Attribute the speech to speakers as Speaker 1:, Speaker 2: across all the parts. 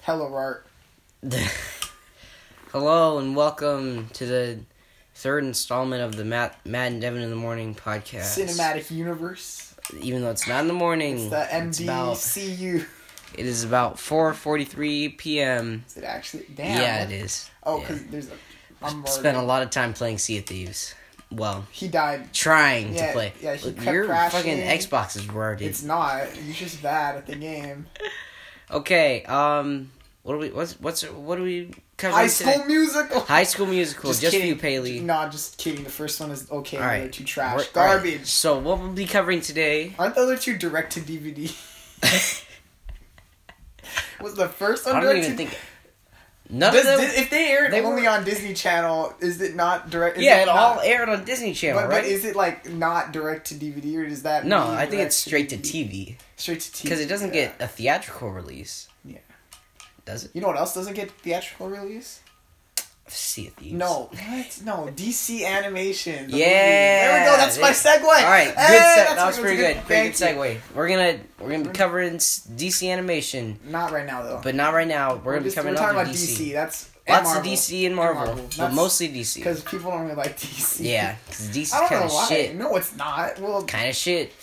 Speaker 1: Hella right.
Speaker 2: Hello and welcome to the third installment of the Matt, Matt and Devin in the Morning podcast.
Speaker 1: Cinematic universe.
Speaker 2: Even though it's not in the morning,
Speaker 1: It's the
Speaker 2: Mm. about,
Speaker 1: MDCU.
Speaker 2: it is about 4:43 p.m.
Speaker 1: Is it actually? Damn.
Speaker 2: Yeah, it is.
Speaker 1: Oh,
Speaker 2: Yeah.
Speaker 1: because there's a. I'm
Speaker 2: spent a
Speaker 1: already,
Speaker 2: lot of time playing Sea of Thieves. Well,
Speaker 1: he died.
Speaker 2: trying
Speaker 1: Yeah,
Speaker 2: to play.
Speaker 1: yeah, he
Speaker 2: Look,
Speaker 1: kept
Speaker 2: Your
Speaker 1: crashing.
Speaker 2: fucking Xbox is rotted.
Speaker 1: It's not. You're just bad at the game.
Speaker 2: Okay. Um. What do we? What's what's what do we cover?
Speaker 1: High School Musical.
Speaker 2: High School Musical. Just, for you, Paley.
Speaker 1: No, just kidding. The first one is okay.
Speaker 2: All
Speaker 1: The
Speaker 2: right.
Speaker 1: other two trash.
Speaker 2: We're- all right.
Speaker 1: Garbage.
Speaker 2: So what we'll be covering today.
Speaker 1: Aren't the other two direct to DVD? Was the first one
Speaker 2: I don't
Speaker 1: direct
Speaker 2: even
Speaker 1: to
Speaker 2: think. None
Speaker 1: Does
Speaker 2: of them.
Speaker 1: Di- if they aired
Speaker 2: they
Speaker 1: only
Speaker 2: were-
Speaker 1: on Disney Channel, is it not direct? Is
Speaker 2: yeah,
Speaker 1: it,
Speaker 2: it
Speaker 1: not-
Speaker 2: all aired on Disney Channel,
Speaker 1: But,
Speaker 2: right?
Speaker 1: but is it like not direct to DVD or does that?
Speaker 2: no,
Speaker 1: mean
Speaker 2: I think
Speaker 1: direct
Speaker 2: it's straight to
Speaker 1: DVD?
Speaker 2: TV
Speaker 1: Straight to TV
Speaker 2: because it doesn't
Speaker 1: yeah.
Speaker 2: get a theatrical release.
Speaker 1: Yeah.
Speaker 2: Does it?
Speaker 1: You know what else doesn't get theatrical release?
Speaker 2: Sea of Thieves.
Speaker 1: No, what? No, DC Animation. the movie.
Speaker 2: Yeah.
Speaker 1: There we go. That's my segue.
Speaker 2: All right. Good.
Speaker 1: Hey,
Speaker 2: se-
Speaker 1: that's
Speaker 2: that was
Speaker 1: a
Speaker 2: pretty good. Pretty
Speaker 1: thank
Speaker 2: good segue. We're gonna we're gonna be covering s- DC animation,
Speaker 1: you. Not right now though.
Speaker 2: but not right now. We're, gonna
Speaker 1: just-
Speaker 2: be covering
Speaker 1: we're talking
Speaker 2: off
Speaker 1: about
Speaker 2: of
Speaker 1: DC.
Speaker 2: DC.
Speaker 1: That's
Speaker 2: Lots
Speaker 1: and
Speaker 2: of DC and Marvel, but
Speaker 1: That's-
Speaker 2: mostly DC.
Speaker 1: because people don't really like DC.
Speaker 2: Yeah, because DC's
Speaker 1: I don't
Speaker 2: kind
Speaker 1: know why.
Speaker 2: of shit.
Speaker 1: No, it's not. Well,
Speaker 2: Kind of shit.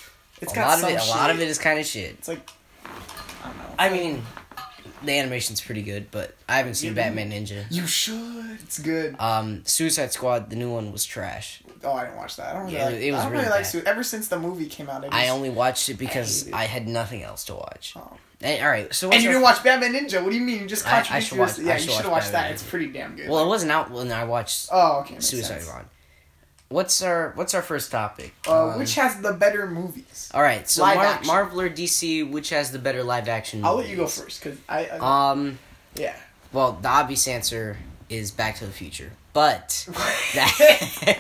Speaker 1: it's
Speaker 2: a
Speaker 1: got
Speaker 2: lot of
Speaker 1: some
Speaker 2: it.
Speaker 1: shit.
Speaker 2: A lot of it is kind of shit.
Speaker 1: It's like I don't know.
Speaker 2: I mean, the animation's pretty good, but I haven't seen
Speaker 1: Yeah.
Speaker 2: Batman Ninja.
Speaker 1: you should. It's good.
Speaker 2: Um, Suicide Squad, the new one was trash.
Speaker 1: Oh, I didn't watch that. I don't really
Speaker 2: Yeah,
Speaker 1: like.
Speaker 2: it was
Speaker 1: I don't
Speaker 2: really
Speaker 1: really like
Speaker 2: bad.
Speaker 1: Suicide. Ever since the movie came out, I, just,
Speaker 2: I only watched it because
Speaker 1: hated it.
Speaker 2: I had nothing else to watch.
Speaker 1: Oh.
Speaker 2: And, all right, so what's
Speaker 1: And you
Speaker 2: our-
Speaker 1: didn't watch Batman Ninja. What do you mean? You just
Speaker 2: I- I
Speaker 1: contradicted
Speaker 2: should watch-
Speaker 1: yourself.
Speaker 2: I
Speaker 1: Yeah,
Speaker 2: should
Speaker 1: you should have
Speaker 2: watch
Speaker 1: watched
Speaker 2: Batman
Speaker 1: that. It's pretty damn good.
Speaker 2: Well, it wasn't out when I watched
Speaker 1: oh, okay. makes
Speaker 2: Suicide
Speaker 1: sense.
Speaker 2: Squad. What's our What's our first topic?
Speaker 1: Uh,
Speaker 2: Um,
Speaker 1: which has the better movies?
Speaker 2: all right, so
Speaker 1: live
Speaker 2: Mar-
Speaker 1: action.
Speaker 2: Marvel or DC, which has the better live action?
Speaker 1: I'll let you go
Speaker 2: movies?
Speaker 1: first because I, I
Speaker 2: Hmm. Um,
Speaker 1: yeah.
Speaker 2: well, the obvious answer is Back to the Future, but that,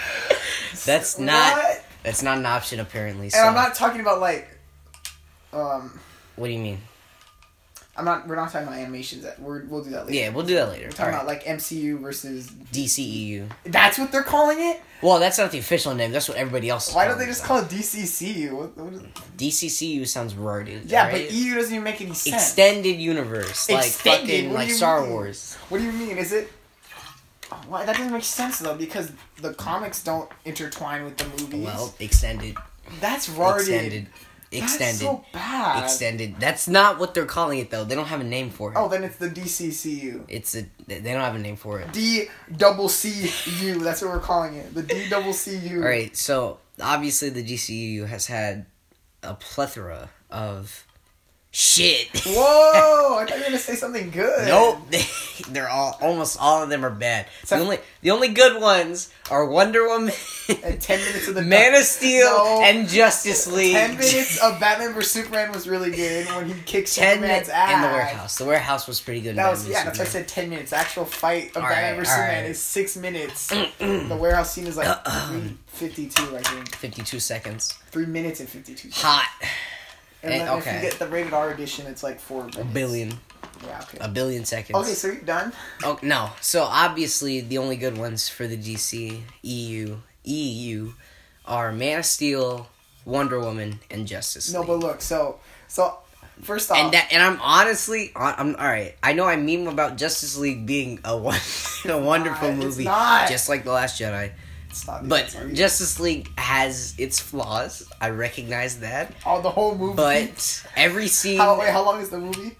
Speaker 2: that's not
Speaker 1: What?
Speaker 2: that's not an option apparently. So
Speaker 1: And I'm not talking about like, um,
Speaker 2: What do you mean?
Speaker 1: I'm not. We're not talking about animations. That we're, we'll do that later.
Speaker 2: Yeah, we'll do that later.
Speaker 1: We're
Speaker 2: All
Speaker 1: talking
Speaker 2: right.
Speaker 1: about like MCU versus.
Speaker 2: DCEU.
Speaker 1: That's what they're calling it.
Speaker 2: E Well, that's not the official name. That's what everybody else. is
Speaker 1: Why don't
Speaker 2: calling
Speaker 1: they just
Speaker 2: it.
Speaker 1: call it DCCU? What, what is,
Speaker 2: DCCU sounds retarded.
Speaker 1: yeah,
Speaker 2: alright?
Speaker 1: but EU doesn't even make any sense.
Speaker 2: extended universe, like
Speaker 1: Extended?
Speaker 2: fucking
Speaker 1: What do
Speaker 2: like
Speaker 1: you
Speaker 2: Star
Speaker 1: mean?
Speaker 2: Wars.
Speaker 1: What do you mean? Is it? Oh, Why that doesn't make sense though because the comics don't intertwine with the movies.
Speaker 2: Well, extended,
Speaker 1: that's retarded.
Speaker 2: extended, extended,
Speaker 1: That's so bad.
Speaker 2: extended. That's not what they're calling it though. They don't have a name for it.
Speaker 1: Oh, then it's the DCCU.
Speaker 2: It's a they don't have a name for it.
Speaker 1: D double C U. That's what we're calling it. The D double C U.
Speaker 2: All right, so obviously the DCU has had a plethora of shit.
Speaker 1: Whoa! I thought you were gonna say something good.
Speaker 2: Nope, they're all almost all of them are bad.
Speaker 1: Except-
Speaker 2: the only the only good ones are Wonder Woman,
Speaker 1: And ten minutes of the
Speaker 2: Man of Steel,
Speaker 1: No.
Speaker 2: and Justice League.
Speaker 1: Ten minutes of Batman vs Superman was really good when he kicked
Speaker 2: Ten
Speaker 1: Superman's
Speaker 2: minutes
Speaker 1: ass.
Speaker 2: in the warehouse. The warehouse was pretty good. in
Speaker 1: That was
Speaker 2: Batman
Speaker 1: yeah. That's why I
Speaker 2: Superman.
Speaker 1: said ten minutes. The actual fight of
Speaker 2: All
Speaker 1: Batman
Speaker 2: right,
Speaker 1: vs
Speaker 2: all
Speaker 1: Superman
Speaker 2: right.
Speaker 1: is six minutes. the warehouse scene is like three fifty-two. I think
Speaker 2: Fifty-two seconds.
Speaker 1: three minutes and fifty-two. seconds.
Speaker 2: Hot.
Speaker 1: And
Speaker 2: eh,
Speaker 1: then if
Speaker 2: okay.
Speaker 1: you get the rated R edition, it's like four
Speaker 2: A
Speaker 1: minutes.
Speaker 2: billion.
Speaker 1: Yeah. Okay.
Speaker 2: A billion seconds.
Speaker 1: Okay, so you're done.
Speaker 2: Oh no! So obviously the only good ones for the E DC EU EU are Man of Steel, Wonder Woman, and Justice
Speaker 1: No,
Speaker 2: League.
Speaker 1: but look. So so first off,
Speaker 2: and that and I'm honestly hon- I'm all right. I know I meme about Justice League being a one, a wonderful
Speaker 1: not, it's
Speaker 2: movie,
Speaker 1: not.
Speaker 2: just like the Last Jedi.
Speaker 1: stop it,
Speaker 2: But
Speaker 1: sorry.
Speaker 2: Justice League has its flaws. I recognize that.
Speaker 1: oh, the whole movie.
Speaker 2: But every scene,
Speaker 1: how wait, how long is the movie?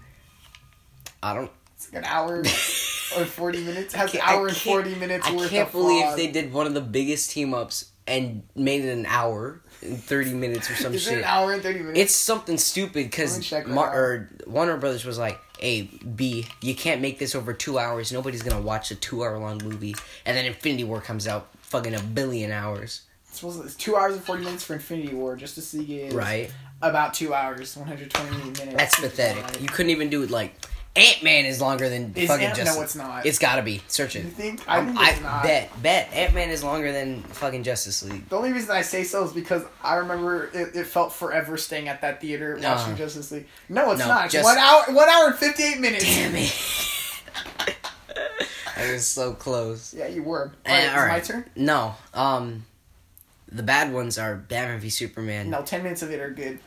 Speaker 2: I don't.
Speaker 1: It's like an hour or forty minutes. It has an
Speaker 2: I
Speaker 1: hour and
Speaker 2: can't-
Speaker 1: forty minutes
Speaker 2: I
Speaker 1: worth
Speaker 2: can't
Speaker 1: of
Speaker 2: believe
Speaker 1: flaws.
Speaker 2: they did one of the biggest team ups and made it an hour and thirty minutes or some
Speaker 1: Is it
Speaker 2: shit.
Speaker 1: an hour and thirty minutes?
Speaker 2: It's something stupid
Speaker 1: Let me
Speaker 2: because
Speaker 1: check right
Speaker 2: Mar-
Speaker 1: now.
Speaker 2: or Warner Brothers was like, "Hey, B, you can't make this over two hours. Nobody's gonna watch a two-hour-long movie." And then Infinity War comes out, fucking a billion hours,
Speaker 1: It's supposed to- it's two hours and forty minutes for Infinity War. Just to see it.
Speaker 2: right?
Speaker 1: About two hours, one hundred twenty minutes.
Speaker 2: That's pathetic. You couldn't even do it like Ant Man is longer than
Speaker 1: Is
Speaker 2: fucking
Speaker 1: Ant- no,
Speaker 2: Justice.
Speaker 1: it's not.
Speaker 2: It's gotta be. Search it.
Speaker 1: You think? I
Speaker 2: I'm-
Speaker 1: think
Speaker 2: I,
Speaker 1: it's not.
Speaker 2: bet bet Ant Man is longer than fucking Justice League.
Speaker 1: The only reason I say so is because I remember it, it felt forever staying at that theater
Speaker 2: No.
Speaker 1: watching Justice League. No, it's
Speaker 2: No,
Speaker 1: not. It's
Speaker 2: just-
Speaker 1: one hour, one hour and fifty eight minutes.
Speaker 2: Damn it. I was so close.
Speaker 1: Yeah, you were.
Speaker 2: Eh,
Speaker 1: Alright,
Speaker 2: all
Speaker 1: it's my
Speaker 2: right.
Speaker 1: turn.
Speaker 2: No. Um the bad ones are Batman v Superman.
Speaker 1: No, ten minutes of it are good.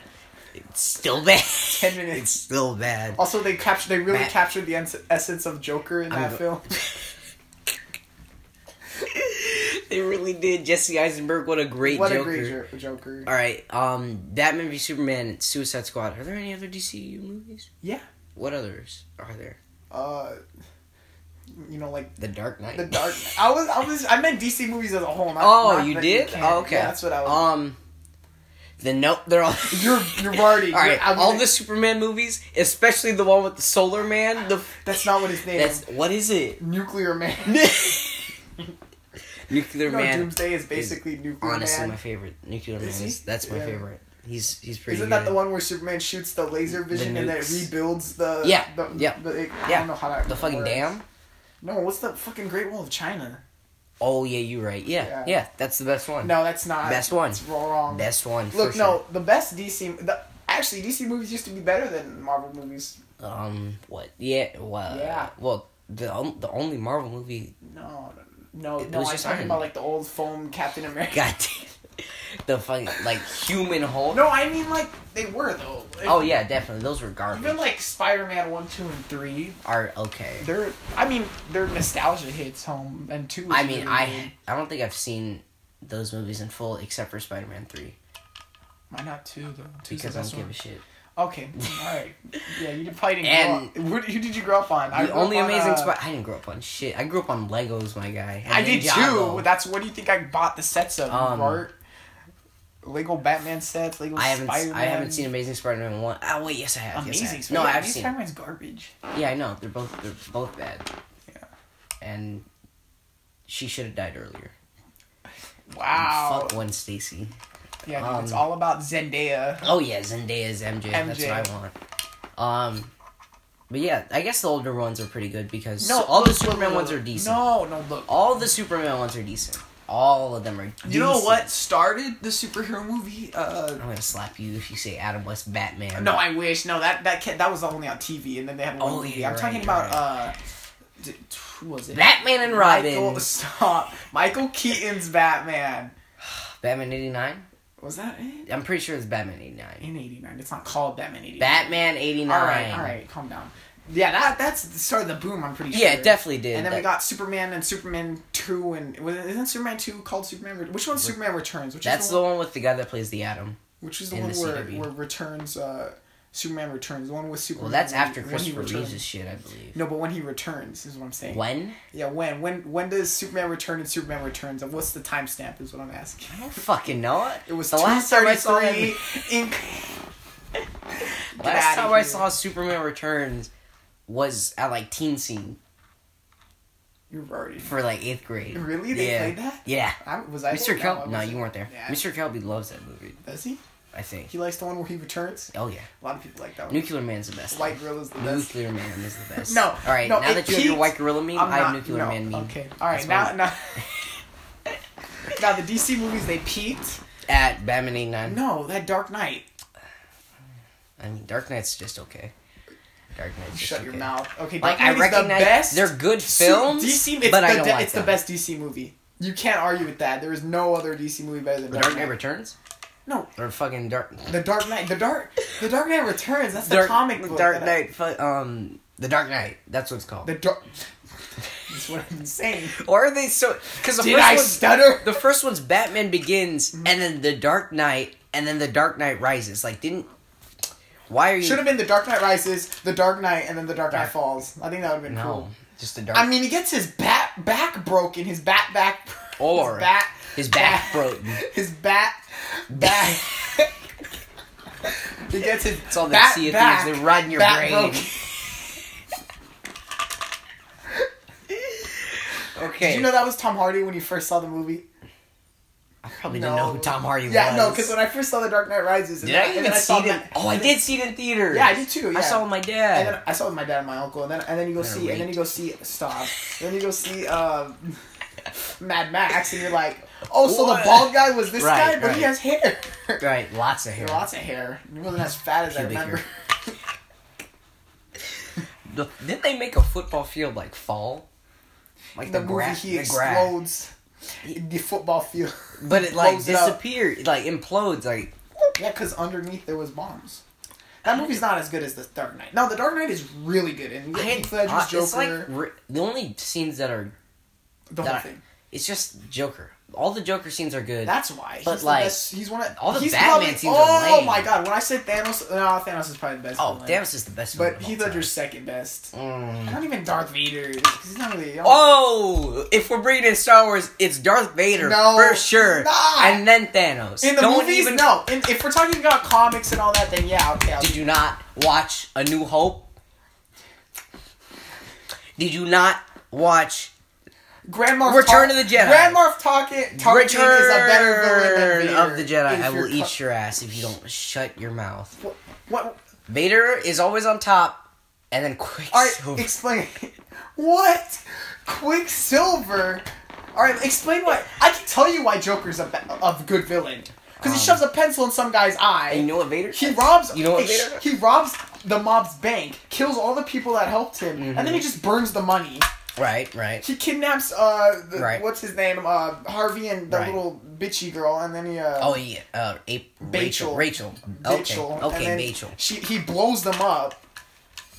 Speaker 2: It's still bad.
Speaker 1: Ten minutes.
Speaker 2: It's still bad.
Speaker 1: Also, they captured. They really
Speaker 2: Matt.
Speaker 1: captured the ens- essence of Joker in
Speaker 2: I'm
Speaker 1: that
Speaker 2: go-
Speaker 1: film.
Speaker 2: They really did. Jesse Eisenberg, what a great
Speaker 1: what
Speaker 2: Joker.
Speaker 1: a great jo- Joker!
Speaker 2: All right, um, Batman v Superman, Suicide Squad. Are there any other DCU movies?
Speaker 1: Yeah.
Speaker 2: What others are there?
Speaker 1: Uh, you know, like
Speaker 2: The Dark Knight.
Speaker 1: the Dark. I was, I was, I meant DC movies as a whole. Not,
Speaker 2: oh,
Speaker 1: not
Speaker 2: you
Speaker 1: that
Speaker 2: did?
Speaker 1: can.
Speaker 2: oh, okay.
Speaker 1: Yeah, that's what I was.
Speaker 2: Um, the nope, they're all.
Speaker 1: you're, you're already.
Speaker 2: All right,
Speaker 1: you're- I
Speaker 2: all
Speaker 1: was-
Speaker 2: the Superman movies, especially the one with the Solar Man. The
Speaker 1: That's not what his name
Speaker 2: that's
Speaker 1: is.
Speaker 2: what is it?
Speaker 1: Nuclear Man.
Speaker 2: Nuclear
Speaker 1: You know,
Speaker 2: Man.
Speaker 1: Doomsday is basically Nuclear
Speaker 2: honestly,
Speaker 1: Man.
Speaker 2: my favorite. Nuclear Man.
Speaker 1: Is he?
Speaker 2: Is, that's my
Speaker 1: Yeah.
Speaker 2: favorite. He's he's pretty.
Speaker 1: Isn't
Speaker 2: good.
Speaker 1: that the one where Superman shoots the laser vision and then it
Speaker 2: nukes.
Speaker 1: rebuilds the?
Speaker 2: Yeah,
Speaker 1: The,
Speaker 2: yeah,
Speaker 1: The, I
Speaker 2: yeah.
Speaker 1: don't know how that.
Speaker 2: The fucking
Speaker 1: works.
Speaker 2: dam.
Speaker 1: No, what's the fucking Great Wall of China?
Speaker 2: Oh yeah, you're right. Yeah,
Speaker 1: Yeah.
Speaker 2: yeah, that's the best one.
Speaker 1: No, that's not.
Speaker 2: Best one.
Speaker 1: It's wrong.
Speaker 2: Best one.
Speaker 1: Look,
Speaker 2: for
Speaker 1: no, the best DC. The, actually, DC movies used to be better than Marvel movies.
Speaker 2: sure. Um, what? Yeah. Well.
Speaker 1: Yeah.
Speaker 2: Well, the on- the only Marvel movie.
Speaker 1: No, no,
Speaker 2: It
Speaker 1: no.
Speaker 2: was
Speaker 1: I'm
Speaker 2: just
Speaker 1: talking
Speaker 2: Iron
Speaker 1: about
Speaker 2: Man.
Speaker 1: like the old foam Captain America.
Speaker 2: Goddamn. The fucking like human Hulk.
Speaker 1: No, I mean like they were though. Like,
Speaker 2: Oh yeah, definitely. Those were garbage.
Speaker 1: Even like Spider Man one, two, and three.
Speaker 2: Are okay.
Speaker 1: They're, I mean, they're nostalgia hits home and two. is
Speaker 2: I mean,
Speaker 1: really good.
Speaker 2: I I don't think I've seen those movies in full except for Spider Man Three
Speaker 1: Why not two though? Two's the
Speaker 2: because I
Speaker 1: best
Speaker 2: don't give
Speaker 1: one.
Speaker 2: a shit.
Speaker 1: Okay, all right. Yeah, you probably didn't.
Speaker 2: And-
Speaker 1: grow up. Where, who did you grow up on?
Speaker 2: The
Speaker 1: grew
Speaker 2: only
Speaker 1: up on,
Speaker 2: amazing
Speaker 1: uh,
Speaker 2: spot. I didn't grow up on shit. I grew up on Legos, my guy. and
Speaker 1: I did
Speaker 2: Ninjago.
Speaker 1: too. That's what do you think I bought the sets of?
Speaker 2: Um,
Speaker 1: Bart? Lego Batman sets, Lego
Speaker 2: I haven't
Speaker 1: Spider-Man.
Speaker 2: I haven't seen Amazing Spider-Man one. Oh wait, yes I have. yes, I
Speaker 1: Amazing
Speaker 2: have.
Speaker 1: Spider-Man.
Speaker 2: No, I've
Speaker 1: Amazing
Speaker 2: seen.
Speaker 1: Spider-Man's garbage.
Speaker 2: Yeah, I know. They're both they're both bad.
Speaker 1: Yeah.
Speaker 2: And she should have died earlier.
Speaker 1: Wow.
Speaker 2: Fuck one Stacy.
Speaker 1: Yeah, dude, it's
Speaker 2: Um,
Speaker 1: all about Zendaya.
Speaker 2: Oh yeah, Zendaya's MJ. That's
Speaker 1: MJ.
Speaker 2: what I want. Um but yeah, I guess the older ones are pretty good because
Speaker 1: No,
Speaker 2: all the
Speaker 1: look,
Speaker 2: Superman
Speaker 1: look,
Speaker 2: ones are
Speaker 1: look.
Speaker 2: decent.
Speaker 1: No, no, look.
Speaker 2: All the Superman ones are decent. All of them are decent.
Speaker 1: you know what started the superhero movie? Uh,
Speaker 2: I'm gonna slap you if you say Adam West Batman.
Speaker 1: no, I wish. No, that that kid, that was only on TV, and then they had one
Speaker 2: Oh,
Speaker 1: movie.
Speaker 2: yeah,
Speaker 1: I'm
Speaker 2: right,
Speaker 1: talking
Speaker 2: you're
Speaker 1: about
Speaker 2: right.
Speaker 1: uh, d- who was it?
Speaker 2: Batman and Robin.
Speaker 1: Michael, stop. Michael Keaton's Batman.
Speaker 2: Batman eighty nine?
Speaker 1: Was that it?
Speaker 2: I'm pretty sure it's Batman eighty nine.
Speaker 1: In '89, it's not called Batman '89.
Speaker 2: Batman eighty nine.
Speaker 1: All right, all right, calm down. Yeah, that that's the start of the boom. I'm pretty sure.
Speaker 2: Yeah, it definitely did.
Speaker 1: And then we
Speaker 2: That-
Speaker 1: got Superman and Superman Two, and was it- isn't Superman Two called Superman? Re- Which one's Superman Returns? Which
Speaker 2: That's
Speaker 1: is
Speaker 2: the one with the guy that plays the Atom.
Speaker 1: which is the
Speaker 2: in
Speaker 1: one
Speaker 2: the
Speaker 1: where,
Speaker 2: CW.
Speaker 1: where returns uh, Superman Returns, the one with Superman.
Speaker 2: Well, that's
Speaker 1: when he-
Speaker 2: after
Speaker 1: when he
Speaker 2: Christopher
Speaker 1: returns.
Speaker 2: Reeves' shit, I believe.
Speaker 1: No, but when he returns is what I'm saying.
Speaker 2: When?
Speaker 1: Yeah, when when when does Superman Return and Superman Returns? And what's the timestamp? Is what I'm asking.
Speaker 2: I don't fucking know it.
Speaker 1: It was
Speaker 2: the last time I saw
Speaker 1: 2:33
Speaker 2: him.
Speaker 1: in- Get
Speaker 2: Last
Speaker 1: outta
Speaker 2: time I
Speaker 1: here.
Speaker 2: saw Superman Returns was at like teen scene
Speaker 1: You're already.
Speaker 2: for like eighth grade.
Speaker 1: Really? They
Speaker 2: yeah.
Speaker 1: played that?
Speaker 2: Yeah.
Speaker 1: I, was I? there?
Speaker 2: Mr.
Speaker 1: No, I
Speaker 2: Kelby. No,
Speaker 1: wasn't.
Speaker 2: you weren't there.
Speaker 1: Yeah.
Speaker 2: Mr. Kelby loves that movie.
Speaker 1: Does he?
Speaker 2: I think.
Speaker 1: He likes the one where he returns.
Speaker 2: Oh yeah.
Speaker 1: A lot of people like that one.
Speaker 2: Nuclear Man's the best.
Speaker 1: White Gorilla's the best.
Speaker 2: Nuclear Man is the best.
Speaker 1: No,
Speaker 2: All right.
Speaker 1: no,
Speaker 2: now
Speaker 1: it
Speaker 2: that you have your
Speaker 1: peaked-
Speaker 2: White Gorilla meme,
Speaker 1: I'm
Speaker 2: I have
Speaker 1: not-
Speaker 2: Nuclear
Speaker 1: no,
Speaker 2: Man meme.
Speaker 1: Okay. All right.
Speaker 2: That's
Speaker 1: Now,
Speaker 2: my-
Speaker 1: now, now the DC movies they peaked.
Speaker 2: At Batman 89.
Speaker 1: No, that Dark Knight.
Speaker 2: I mean, Dark Knight's just okay. Dark Knight's just
Speaker 1: Shut your
Speaker 2: okay.
Speaker 1: mouth. Okay. Dark
Speaker 2: Like
Speaker 1: Knight
Speaker 2: I
Speaker 1: is
Speaker 2: recognize
Speaker 1: the best
Speaker 2: they're good
Speaker 1: su-
Speaker 2: films,
Speaker 1: DC. It's
Speaker 2: but
Speaker 1: the,
Speaker 2: I don't
Speaker 1: de-
Speaker 2: like
Speaker 1: It's
Speaker 2: them.
Speaker 1: the best DC movie. You can't argue with that. There is no other DC movie better than
Speaker 2: The Dark Knight Returns
Speaker 1: No,
Speaker 2: or fucking Dark
Speaker 1: the Dark Knight. The Dark. The Dark Knight Returns. That's the
Speaker 2: Dark
Speaker 1: comic book.
Speaker 2: Dark
Speaker 1: that I-
Speaker 2: Knight. fu- Um, the Dark Knight. That's what it's called.
Speaker 1: The Dark. That's what I'm saying.
Speaker 2: or are they so? Because the
Speaker 1: Did
Speaker 2: first
Speaker 1: I Mm-hmm.
Speaker 2: one's-
Speaker 1: stutter?
Speaker 2: the first one's Batman Begins, and then the Dark Knight, and then the Dark Knight Rises. Like, didn't? Why are you?
Speaker 1: Should have been the Dark Knight Rises, the Dark Knight, and then the Dark Knight
Speaker 2: Dark-
Speaker 1: Falls. I think that would have been
Speaker 2: no,
Speaker 1: cool.
Speaker 2: just the Dark.
Speaker 1: I mean, he gets his back back broken, his back back,
Speaker 2: Or
Speaker 1: his back,
Speaker 2: his back broken.
Speaker 1: his back back. he gets his
Speaker 2: it's all that
Speaker 1: back,
Speaker 2: sea of
Speaker 1: back,
Speaker 2: thieves. They rot in your
Speaker 1: back
Speaker 2: brain.
Speaker 1: broken.
Speaker 2: okay.
Speaker 1: Did you know that was Tom Hardy when you first saw the movie?
Speaker 2: I probably didn't know who Tom Hardy was.
Speaker 1: Yeah, no, because when I first saw The Dark Knight Rises, and
Speaker 2: did
Speaker 1: then,
Speaker 2: I
Speaker 1: and
Speaker 2: even
Speaker 1: then
Speaker 2: see
Speaker 1: saw
Speaker 2: it? In,
Speaker 1: Ma-
Speaker 2: oh, I did see it in theaters.
Speaker 1: Yeah, I did too. Yeah.
Speaker 2: I saw it with my
Speaker 1: And then
Speaker 2: dad.
Speaker 1: I saw it with my dad and my uncle, and then and then you go
Speaker 2: They're
Speaker 1: see, and then you go see stop, and then you go see uh, Mad Max, and you're like, oh, so
Speaker 2: What?
Speaker 1: the bald guy was this
Speaker 2: Right,
Speaker 1: guy, but he
Speaker 2: right.
Speaker 1: has hair,
Speaker 2: right, lots of hair.
Speaker 1: lots of hair. He wasn't as fat as I
Speaker 2: Pubic hair.
Speaker 1: remember.
Speaker 2: The- Didn't they make a football field like fall? Like
Speaker 1: The movie
Speaker 2: grass-
Speaker 1: he
Speaker 2: the grass.
Speaker 1: explodes in the football field,
Speaker 2: but it like
Speaker 1: blows it up.
Speaker 2: disappeared, it, like implodes, like What?
Speaker 1: Yeah, because underneath there was bombs. That movie's not as good as The Dark Knight. No, The Dark Knight is really good. And
Speaker 2: I had
Speaker 1: Heath Ledger's
Speaker 2: uh, It's
Speaker 1: Joker,
Speaker 2: like re- the only scenes that are
Speaker 1: the
Speaker 2: that
Speaker 1: whole
Speaker 2: I-
Speaker 1: thing.
Speaker 2: it's just Joker. All the Joker scenes are good.
Speaker 1: That's why.
Speaker 2: But,
Speaker 1: he's the
Speaker 2: like,
Speaker 1: best- he's one of
Speaker 2: all the
Speaker 1: he's
Speaker 2: Batman
Speaker 1: probably-
Speaker 2: scenes are
Speaker 1: Oh
Speaker 2: lame.
Speaker 1: my god! When I said Thanos, no, Thanos is probably the best.
Speaker 2: oh,
Speaker 1: villain.
Speaker 2: Thanos is the best one.
Speaker 1: But
Speaker 2: of all
Speaker 1: Heath
Speaker 2: time.
Speaker 1: Ledger's second best.
Speaker 2: Mm.
Speaker 1: Not even Darth Vader. 'cause He's not really.
Speaker 2: Oh, if we're bringing in Star Wars, it's Darth Vader
Speaker 1: No,
Speaker 2: for sure,
Speaker 1: it's not.
Speaker 2: and then Thanos.
Speaker 1: in the
Speaker 2: Don't
Speaker 1: movies,
Speaker 2: even
Speaker 1: no. In, if we're talking about comics and all that, then yeah, okay. I'll-
Speaker 2: Did you not watch A New Hope? Did you not watch?
Speaker 1: Grand Moff
Speaker 2: Return
Speaker 1: Tar-
Speaker 2: of the Jedi.
Speaker 1: Grand Moff Tarkin, Tarkin is a better villain than
Speaker 2: Return
Speaker 1: Vader.
Speaker 2: of the Jedi.
Speaker 1: if
Speaker 2: I will
Speaker 1: you're
Speaker 2: eat your ass if you don't shut your mouth.
Speaker 1: co- What?
Speaker 2: Vader is always on top, and then
Speaker 1: All right,
Speaker 2: Quicksilver.
Speaker 1: explain. what? Quicksilver. All right, explain why. I can tell you why Joker's a, ba- a good villain because he shoves a pencil in some guy's eye.
Speaker 2: And you Um, know what Vader?
Speaker 1: He
Speaker 2: does?
Speaker 1: robs.
Speaker 2: You know what
Speaker 1: he,
Speaker 2: Vader?
Speaker 1: he robs the mob's bank, kills all the people that helped him, and
Speaker 2: Mm-hmm.
Speaker 1: then he just burns the money.
Speaker 2: Right, right.
Speaker 1: He kidnaps uh, the,
Speaker 2: Right.
Speaker 1: what's his name, uh, Harvey and the
Speaker 2: Right.
Speaker 1: little bitchy girl, and then he uh,
Speaker 2: Oh, yeah. Uh, Ape, Rachel.
Speaker 1: Bachel.
Speaker 2: Rachel.
Speaker 1: Bachel,
Speaker 2: Okay. Okay,
Speaker 1: and then
Speaker 2: Rachel.
Speaker 1: She he blows them up.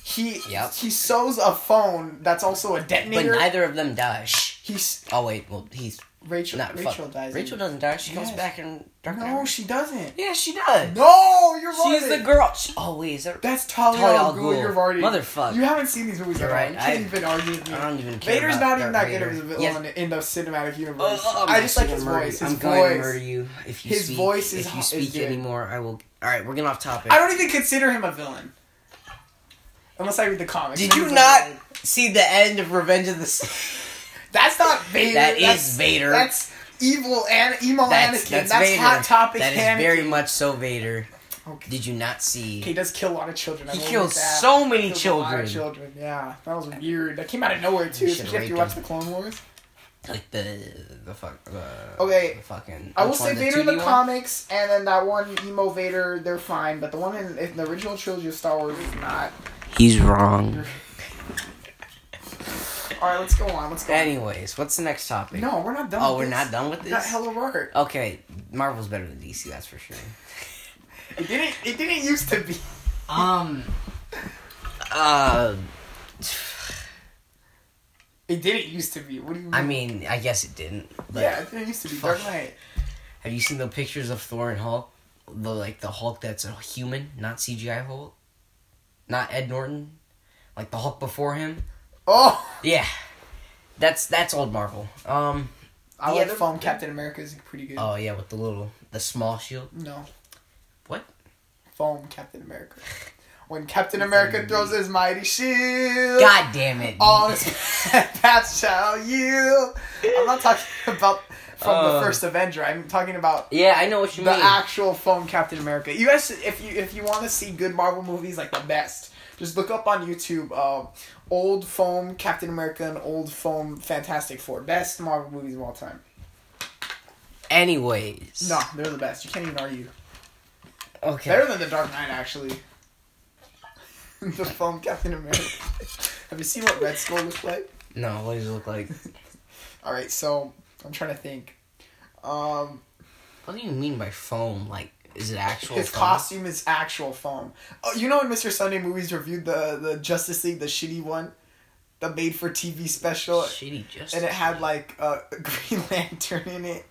Speaker 1: He
Speaker 2: Yep.
Speaker 1: he sews a phone that's also a
Speaker 2: But
Speaker 1: detonator.
Speaker 2: neither of them dies. Shh.
Speaker 1: He's
Speaker 2: Oh wait, well he's
Speaker 1: Rachel.
Speaker 2: not.
Speaker 1: Rachel
Speaker 2: fuck.
Speaker 1: dies. in-
Speaker 2: Rachel doesn't die. She comes
Speaker 1: Yes.
Speaker 2: back in Dark Knight.
Speaker 1: No, she doesn't.
Speaker 2: Yeah, she does.
Speaker 1: No, you're right.
Speaker 2: She's the girl. She, oh wait, is that?
Speaker 1: That's Talia
Speaker 2: Talia
Speaker 1: al
Speaker 2: al
Speaker 1: Ghul.
Speaker 2: Ghul.
Speaker 1: You're already
Speaker 2: Motherfucker.
Speaker 1: You haven't seen these movies
Speaker 2: You're
Speaker 1: at all.
Speaker 2: right.
Speaker 1: You can't
Speaker 2: I-
Speaker 1: even argue with me.
Speaker 2: I don't even care
Speaker 1: Vader's
Speaker 2: about
Speaker 1: not even
Speaker 2: Darth
Speaker 1: that good
Speaker 2: Vader.
Speaker 1: of a villain
Speaker 2: Yes.
Speaker 1: in the cinematic universe.
Speaker 2: Oh, I'm
Speaker 1: I just like
Speaker 2: gonna
Speaker 1: his
Speaker 2: murder
Speaker 1: voice.
Speaker 2: you.
Speaker 1: His
Speaker 2: I'm going to murder
Speaker 1: voice.
Speaker 2: you if you
Speaker 1: His
Speaker 2: speak.
Speaker 1: voice is
Speaker 2: if
Speaker 1: ho-
Speaker 2: you
Speaker 1: is
Speaker 2: speak
Speaker 1: good.
Speaker 2: anymore. I will. All right, we're getting off topic.
Speaker 1: I don't even consider him a villain, unless I read the comics.
Speaker 2: Did
Speaker 1: Then
Speaker 2: you
Speaker 1: he's a
Speaker 2: not
Speaker 1: villain.
Speaker 2: see the end of Revenge of the? Sith?
Speaker 1: That's not Vader.
Speaker 2: That is
Speaker 1: that's,
Speaker 2: Vader.
Speaker 1: That's evil and emo Anakin. That's, hot topic.
Speaker 2: That is
Speaker 1: Anakin.
Speaker 2: very much so Vader.
Speaker 1: Okay.
Speaker 2: Did you not see?
Speaker 1: He does kill a lot of children. I
Speaker 2: He
Speaker 1: will
Speaker 2: killed
Speaker 1: admit that.
Speaker 2: so many
Speaker 1: Kills a lot
Speaker 2: children.
Speaker 1: of children. Yeah, that was weird. That came out of nowhere too.
Speaker 2: You should
Speaker 1: Especially after
Speaker 2: rate
Speaker 1: you watch
Speaker 2: them.
Speaker 1: the Clone Wars.
Speaker 2: like the the fuck. The,
Speaker 1: Okay.
Speaker 2: The fucking.
Speaker 1: I will
Speaker 2: which
Speaker 1: say
Speaker 2: one,
Speaker 1: Vader in the
Speaker 2: 2D one?
Speaker 1: comics, and then that one emo Vader. They're fine, but the one in, in the original trilogy of Star Wars is not.
Speaker 2: He's wrong.
Speaker 1: All right, let's go on. Let's go. on.
Speaker 2: Anyways, what's the next topic?
Speaker 1: No, we're not done.
Speaker 2: Oh,
Speaker 1: with
Speaker 2: we're
Speaker 1: this.
Speaker 2: not done with
Speaker 1: We got
Speaker 2: this?
Speaker 1: hella work.
Speaker 2: Okay, Marvel's better than DC, that's for sure.
Speaker 1: It didn't. It didn't used to be.
Speaker 2: Um. Uh,
Speaker 1: It didn't used to be. What do you mean?
Speaker 2: I mean, I guess it didn't. But
Speaker 1: yeah, it didn't used to be. Dark
Speaker 2: Fuck.
Speaker 1: Knight.
Speaker 2: Have you seen the pictures of Thor and Hulk? The like the Hulk that's a human, not CGI Hulk, not Ed Norton, like the Hulk before him.
Speaker 1: Oh.
Speaker 2: Yeah, that's that's old Marvel. Um.
Speaker 1: I
Speaker 2: The
Speaker 1: like
Speaker 2: other-
Speaker 1: foam Captain America is pretty good.
Speaker 2: Oh yeah, with the little the small shield.
Speaker 1: no,
Speaker 2: What?
Speaker 1: foam Captain America. When Captain America throws his mighty shield,
Speaker 2: God damn it!
Speaker 1: Uh, all his paths shall yield. I'm not talking about from the
Speaker 2: Uh.
Speaker 1: first Avenger. I'm talking about
Speaker 2: yeah, I know what you
Speaker 1: the
Speaker 2: mean.
Speaker 1: actual foam Captain America. You guys, should- if you if you want to see good Marvel movies, like the best, just look up on YouTube. Um, old foam Captain America and old foam Fantastic Four, best Marvel movies of all time.
Speaker 2: Anyways.
Speaker 1: No, they're the best. You can't even argue.
Speaker 2: Okay.
Speaker 1: Better than the Dark Knight, actually. the foam Captain America. Have you seen what Red Skull looks like?
Speaker 2: No, what does it look like?
Speaker 1: All right, so I'm trying to think. Um,
Speaker 2: What do you mean by foam? Like, is it actual?
Speaker 1: his
Speaker 2: foam?
Speaker 1: costume is actual foam. Oh, you know when Mr. Sunday Movies reviewed the the Justice League, the shitty one, the made for TV special,
Speaker 2: Shitty just.
Speaker 1: and it had like a Green Lantern in it.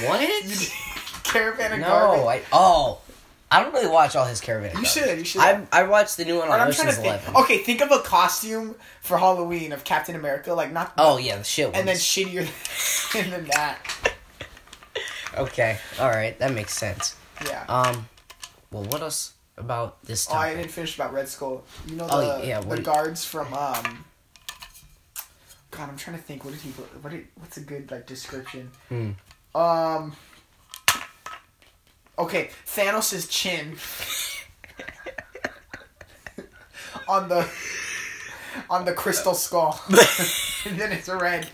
Speaker 1: You
Speaker 2: what?
Speaker 1: did- Caravan of
Speaker 2: No,
Speaker 1: Garbage.
Speaker 2: I oh, I don't really watch all his caravan.
Speaker 1: You should, you should.
Speaker 2: I I watched the new one
Speaker 1: All
Speaker 2: on
Speaker 1: right, I'm trying to
Speaker 2: Ocean's
Speaker 1: think.
Speaker 2: Eleven.
Speaker 1: Okay, think of a costume for Halloween of Captain America, like not
Speaker 2: Oh yeah, the shit. Ones.
Speaker 1: and then shittier than- than that.
Speaker 2: okay, all right, that makes sense.
Speaker 1: Yeah.
Speaker 2: Um, well, what else about this
Speaker 1: oh, I
Speaker 2: topic?
Speaker 1: didn't finish about Red Skull. You know the,
Speaker 2: Oh, yeah,
Speaker 1: the
Speaker 2: what-
Speaker 1: guards from um. God, I'm trying to think. What did he? What did, What's a good like description?
Speaker 2: Hmm.
Speaker 1: Um. Okay, Thanos' chin. on the. On the crystal skull, and then it's red,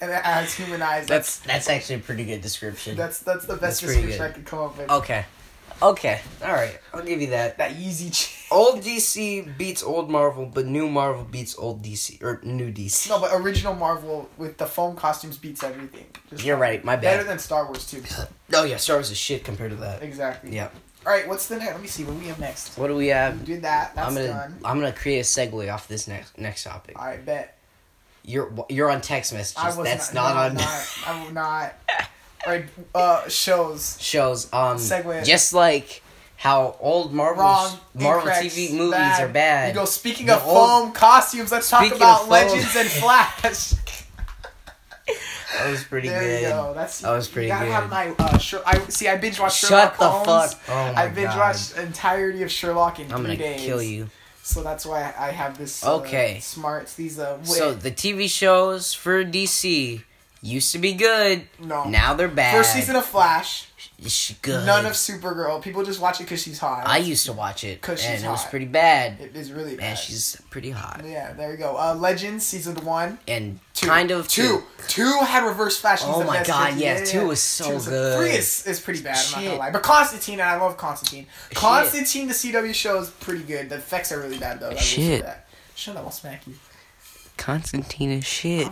Speaker 1: and it has human eyes.
Speaker 2: that's that's actually a pretty good description.
Speaker 1: that's that's the best
Speaker 2: that's pretty
Speaker 1: description I
Speaker 2: good. Oh.
Speaker 1: could come up with.
Speaker 2: okay. Okay, all right, I'll give you that.
Speaker 1: That easy. Ch-
Speaker 2: Old DC beats old Marvel, but new Marvel beats old DC or new DC.
Speaker 1: no, but original Marvel with the foam costumes beats everything. Just
Speaker 2: You're right. My
Speaker 1: Better
Speaker 2: bad.
Speaker 1: than Star Wars too.
Speaker 2: oh yeah, Star Wars is shit compared to that.
Speaker 1: Exactly.
Speaker 2: Yeah.
Speaker 1: All right. What's the next? Let me see. What do we have next?
Speaker 2: What do we have?
Speaker 1: We did that. That's
Speaker 2: I'm gonna
Speaker 1: done.
Speaker 2: I'm gonna create a segue off this next next topic.
Speaker 1: I bet.
Speaker 2: You're you're on text
Speaker 1: I
Speaker 2: messages.
Speaker 1: was
Speaker 2: That's
Speaker 1: not, no,
Speaker 2: not, on
Speaker 1: I'm not. I'm not. All right. Uh, shows.
Speaker 2: shows. Um,
Speaker 1: Segue.
Speaker 2: just like how old Marvel
Speaker 1: Wrong.
Speaker 2: Marvel
Speaker 1: incorrect,
Speaker 2: TV movies
Speaker 1: bad.
Speaker 2: are bad.
Speaker 1: You go. Speaking
Speaker 2: The
Speaker 1: of
Speaker 2: old-
Speaker 1: foam costumes, let's talk
Speaker 2: Speaking of
Speaker 1: about
Speaker 2: foam-
Speaker 1: Legends and Flash.
Speaker 2: that was pretty
Speaker 1: there
Speaker 2: good.
Speaker 1: you go. That's
Speaker 2: That was pretty
Speaker 1: you gotta
Speaker 2: good.
Speaker 1: Have my, uh, Sher- I see. I binge watched Sherlock
Speaker 2: Shut the
Speaker 1: Holmes.
Speaker 2: fuck. Oh my
Speaker 1: I binge
Speaker 2: god.
Speaker 1: watched entirety of Sherlock in
Speaker 2: I'm
Speaker 1: three
Speaker 2: gonna
Speaker 1: days.
Speaker 2: kill you.
Speaker 1: So that's why I have this. Uh,
Speaker 2: Okay.
Speaker 1: Smarts. These uh. Wait,
Speaker 2: So the TV shows for DC used to be good.
Speaker 1: no.
Speaker 2: Now they're bad.
Speaker 1: Oh. First season of Flash.
Speaker 2: It's good.
Speaker 1: None of Supergirl. People just watch it because she's hot.
Speaker 2: I used to watch it,
Speaker 1: 'Cause she's
Speaker 2: and it was
Speaker 1: hot.
Speaker 2: pretty bad.
Speaker 1: It is really
Speaker 2: Man,
Speaker 1: bad.
Speaker 2: she's pretty hot.
Speaker 1: Yeah, there we go. Uh, Legends season one,
Speaker 2: And
Speaker 1: two,
Speaker 2: kind of
Speaker 1: two, two had reverse flash.
Speaker 2: Oh my God, yes, two was so good.
Speaker 1: Three is, is pretty bad. I'm not gonna
Speaker 2: Shit.
Speaker 1: lie, but Constantine, I love Constantine. Constantine, the CW show is pretty good. The effects are really bad though. I will say
Speaker 2: Shit.
Speaker 1: that. Shut up, I'll smack you.
Speaker 2: Constantine is shit.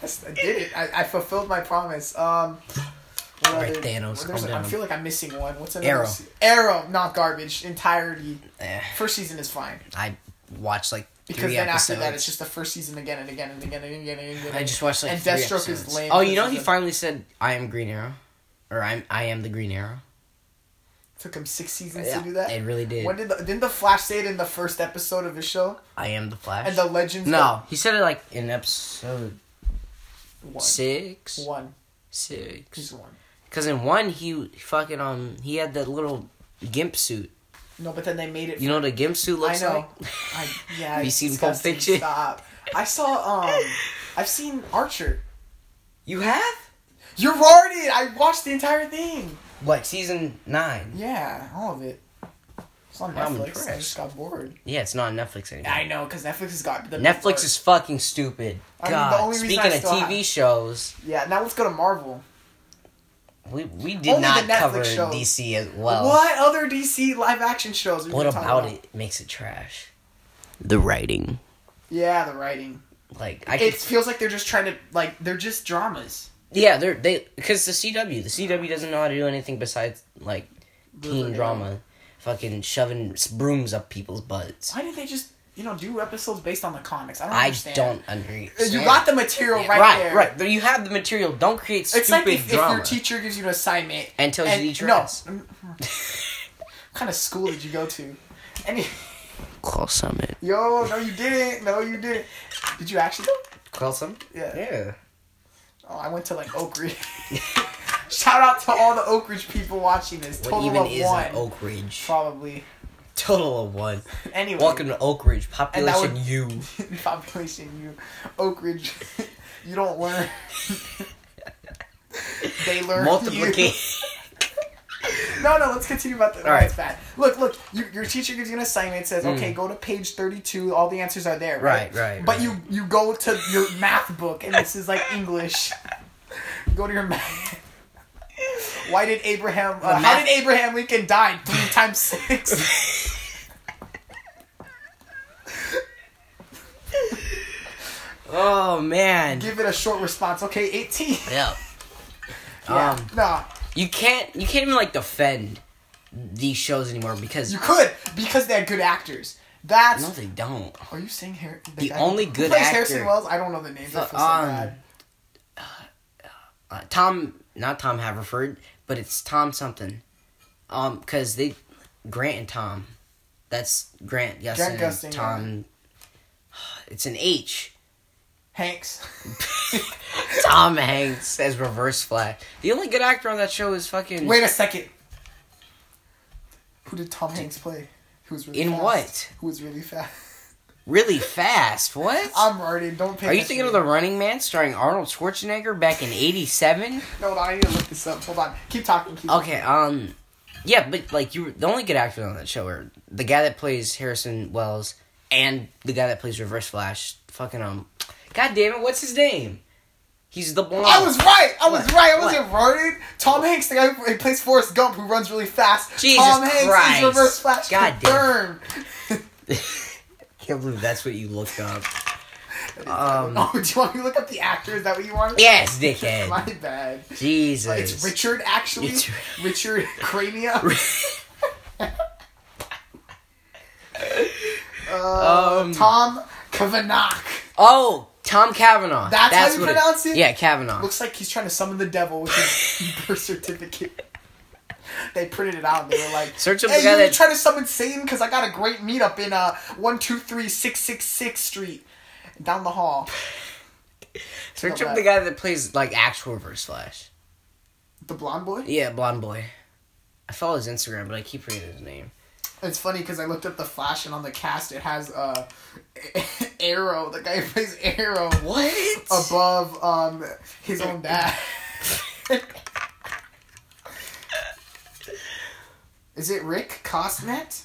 Speaker 1: That's, I did it. I, I fulfilled my promise. Um. what
Speaker 2: Alright,
Speaker 1: other-
Speaker 2: Thanos,
Speaker 1: there's
Speaker 2: calm
Speaker 1: a-
Speaker 2: down.
Speaker 1: I feel like I'm missing one. What's another?
Speaker 2: Arrow.
Speaker 1: se- Arrow, not garbage. Entirety.
Speaker 2: Eh,
Speaker 1: First season is fine.
Speaker 2: I watched like
Speaker 1: Because
Speaker 2: three
Speaker 1: then
Speaker 2: episodes.
Speaker 1: after that, it's just the first season again and again and again and again and again.
Speaker 2: I just watched like
Speaker 1: and
Speaker 2: three
Speaker 1: Deathstroke
Speaker 2: episodes.
Speaker 1: is lame.
Speaker 2: Oh, you know
Speaker 1: because
Speaker 2: he
Speaker 1: of-
Speaker 2: finally said, "I am Green Arrow," or "I'm I am the Green Arrow."
Speaker 1: took him six seasons
Speaker 2: Yeah,
Speaker 1: to do that.
Speaker 2: it really did.
Speaker 1: When did the, didn't the Flash say it in the first episode of his show?
Speaker 2: I am the Flash.
Speaker 1: And the Legends.
Speaker 2: no, he said it like in episode
Speaker 1: one,
Speaker 2: six,
Speaker 1: one,
Speaker 2: six.
Speaker 1: he's one.
Speaker 2: Because in one, he fucking um, he had that little gimp suit.
Speaker 1: No, but then they made it.
Speaker 2: You know what a gimp suit
Speaker 1: I
Speaker 2: looks
Speaker 1: know.
Speaker 2: like.
Speaker 1: I, yeah.
Speaker 2: Have you
Speaker 1: it's
Speaker 2: seen Pulp
Speaker 1: disgusting.
Speaker 2: Fiction?
Speaker 1: Stop. I saw. Um, I've seen Archer.
Speaker 2: You have
Speaker 1: You're retarded. I watched the entire thing.
Speaker 2: what season nine?
Speaker 1: Yeah, all of it. It's on
Speaker 2: I'm
Speaker 1: Netflix. I
Speaker 2: impressed.
Speaker 1: just got bored.
Speaker 2: Yeah, it's not on Netflix anymore.
Speaker 1: I know because Netflix has got the
Speaker 2: Netflix is fucking stupid.
Speaker 1: I mean, the
Speaker 2: God,
Speaker 1: only reason I
Speaker 2: speaking of
Speaker 1: still
Speaker 2: TV
Speaker 1: have-
Speaker 2: shows,
Speaker 1: Yeah. Now let's go to Marvel.
Speaker 2: we we did
Speaker 1: Only
Speaker 2: not
Speaker 1: the Netflix
Speaker 2: cover
Speaker 1: shows.
Speaker 2: DC as well.
Speaker 1: What other DC live action shows? Are you
Speaker 2: What
Speaker 1: gonna talk
Speaker 2: about it makes it trash? The writing,
Speaker 1: Yeah, the writing.
Speaker 2: like I
Speaker 1: It
Speaker 2: could,
Speaker 1: feels like they're just trying to like they're just dramas.
Speaker 2: yeah, they're they because the CW, the CW doesn't know how to do anything besides like teen
Speaker 1: Really?
Speaker 2: drama, fucking shoving s- brooms up people's butts.
Speaker 1: Why didn't they just you know do episodes based on the comics? I don't
Speaker 2: I
Speaker 1: understand. Uh,
Speaker 2: don't agree.
Speaker 1: You got the material right,
Speaker 2: right,
Speaker 1: there.
Speaker 2: right. You have the material. Don't create stupid
Speaker 1: It's like if, if
Speaker 2: drama.
Speaker 1: your teacher gives you an assignment
Speaker 2: And tells you to eat your
Speaker 1: no.
Speaker 2: ass.
Speaker 1: what kind of school did you go to? Any
Speaker 2: Call Summit.
Speaker 1: yo, no, you didn't. No, you didn't. Did you actually? go?
Speaker 2: Call Summit.
Speaker 1: Yeah.
Speaker 2: Yeah.
Speaker 1: Oh, I went to like Oak Ridge. Shout out to all the Oak Ridge people watching this.
Speaker 2: What
Speaker 1: Total
Speaker 2: even
Speaker 1: of
Speaker 2: is
Speaker 1: one,
Speaker 2: an Oak Ridge?
Speaker 1: probably.
Speaker 2: Total of one.
Speaker 1: Anyway,
Speaker 2: Welcome to Oak Ridge, population
Speaker 1: would-
Speaker 2: U.
Speaker 1: population you oak ridge you don't learn they learn
Speaker 2: Multiplication.
Speaker 1: you. no no let's continue about the all
Speaker 2: right. Mm.
Speaker 1: right bad. look look you, your teacher gives you an assignment says okay go to page 32 all the answers are there right
Speaker 2: Right, right,
Speaker 1: but
Speaker 2: right.
Speaker 1: you you go to your math book and this is like english go to your math why did abraham uh, how
Speaker 2: math-
Speaker 1: did abraham lincoln die three times six
Speaker 2: Oh man.
Speaker 1: give it a short response okay 18
Speaker 2: Yeah.
Speaker 1: yeah
Speaker 2: Um,
Speaker 1: nah
Speaker 2: you can't you can't even like defend these shows anymore because
Speaker 1: You could because they had good actors. That's.
Speaker 2: no, they don't.
Speaker 1: Are you saying Harry?
Speaker 2: The
Speaker 1: guy-
Speaker 2: only
Speaker 1: who
Speaker 2: good
Speaker 1: plays
Speaker 2: actor-
Speaker 1: Harrison Wells. I don't know the name. I feel so
Speaker 2: um,
Speaker 1: bad.
Speaker 2: Uh, Tom, not Tom Haverford, but it's Tom something. Um, because they Grant and Tom, that's Grant Gustin,
Speaker 1: Grant
Speaker 2: and
Speaker 1: Gustin,
Speaker 2: Tom. It's an H.
Speaker 1: Hanks.
Speaker 2: Tom Hanks as Reverse Flash. The only good actor on that show is fucking
Speaker 1: Wait a second. Who did Tom Hanks play? Who was really
Speaker 2: In
Speaker 1: fast?
Speaker 2: what?
Speaker 1: Who was really fast?
Speaker 2: really fast. What?
Speaker 1: I'm already. Don't pay.
Speaker 2: Are you thinking of the Running Man starring Arnold Schwarzenegger back in '87?
Speaker 1: No, hold on, I need to look this up. Hold on. Keep talking. Keep
Speaker 2: Okay, um, yeah, but like you, the only good actors on that show are the guy that plays Harrison Wells and the guy that plays Reverse Flash. Fucking um, God damn it, what's his name? He's the blonde.
Speaker 1: I was right. I was
Speaker 2: What?
Speaker 1: right. I
Speaker 2: What?
Speaker 1: wasn't voted. Tom Hanks, the guy who plays Forrest Gump, who runs really fast.
Speaker 2: Jesus
Speaker 1: Tom Hanks
Speaker 2: Christ.
Speaker 1: is reverse flash.
Speaker 2: God damn.
Speaker 1: burn.
Speaker 2: Can't believe that's what you looked up. Um,
Speaker 1: oh, do you want me to look up the actor? Is that what you wanted?
Speaker 2: Yes,
Speaker 1: My
Speaker 2: dickhead.
Speaker 1: bad.
Speaker 2: Jesus.
Speaker 1: It's Richard, actually.
Speaker 2: It's-
Speaker 1: Richard Crania. uh,
Speaker 2: Um,
Speaker 1: Tom Kavanagh.
Speaker 2: Oh, Tom Kavanaugh.
Speaker 1: That's how you
Speaker 2: what
Speaker 1: pronounce it?
Speaker 2: Yeah, Kavanaugh.
Speaker 1: Looks like he's trying to summon the devil with his birth certificate. They printed it out and they were like,
Speaker 2: Search up
Speaker 1: hey,
Speaker 2: the guy
Speaker 1: you
Speaker 2: that-
Speaker 1: try to summon Satan? Because I got a great meetup in uh, 123666 Street down the hall. Not
Speaker 2: Search up
Speaker 1: bad.
Speaker 2: the guy that plays like actual Reverse Flash.
Speaker 1: The blonde boy?
Speaker 2: Yeah, blonde boy. I follow his Instagram, but I keep forgetting his name.
Speaker 1: It's funny because I looked up the Flash and on the cast it has uh, Arrow, the guy who plays Arrow,
Speaker 2: What?
Speaker 1: above um his own dad. Is it Rick Costnet?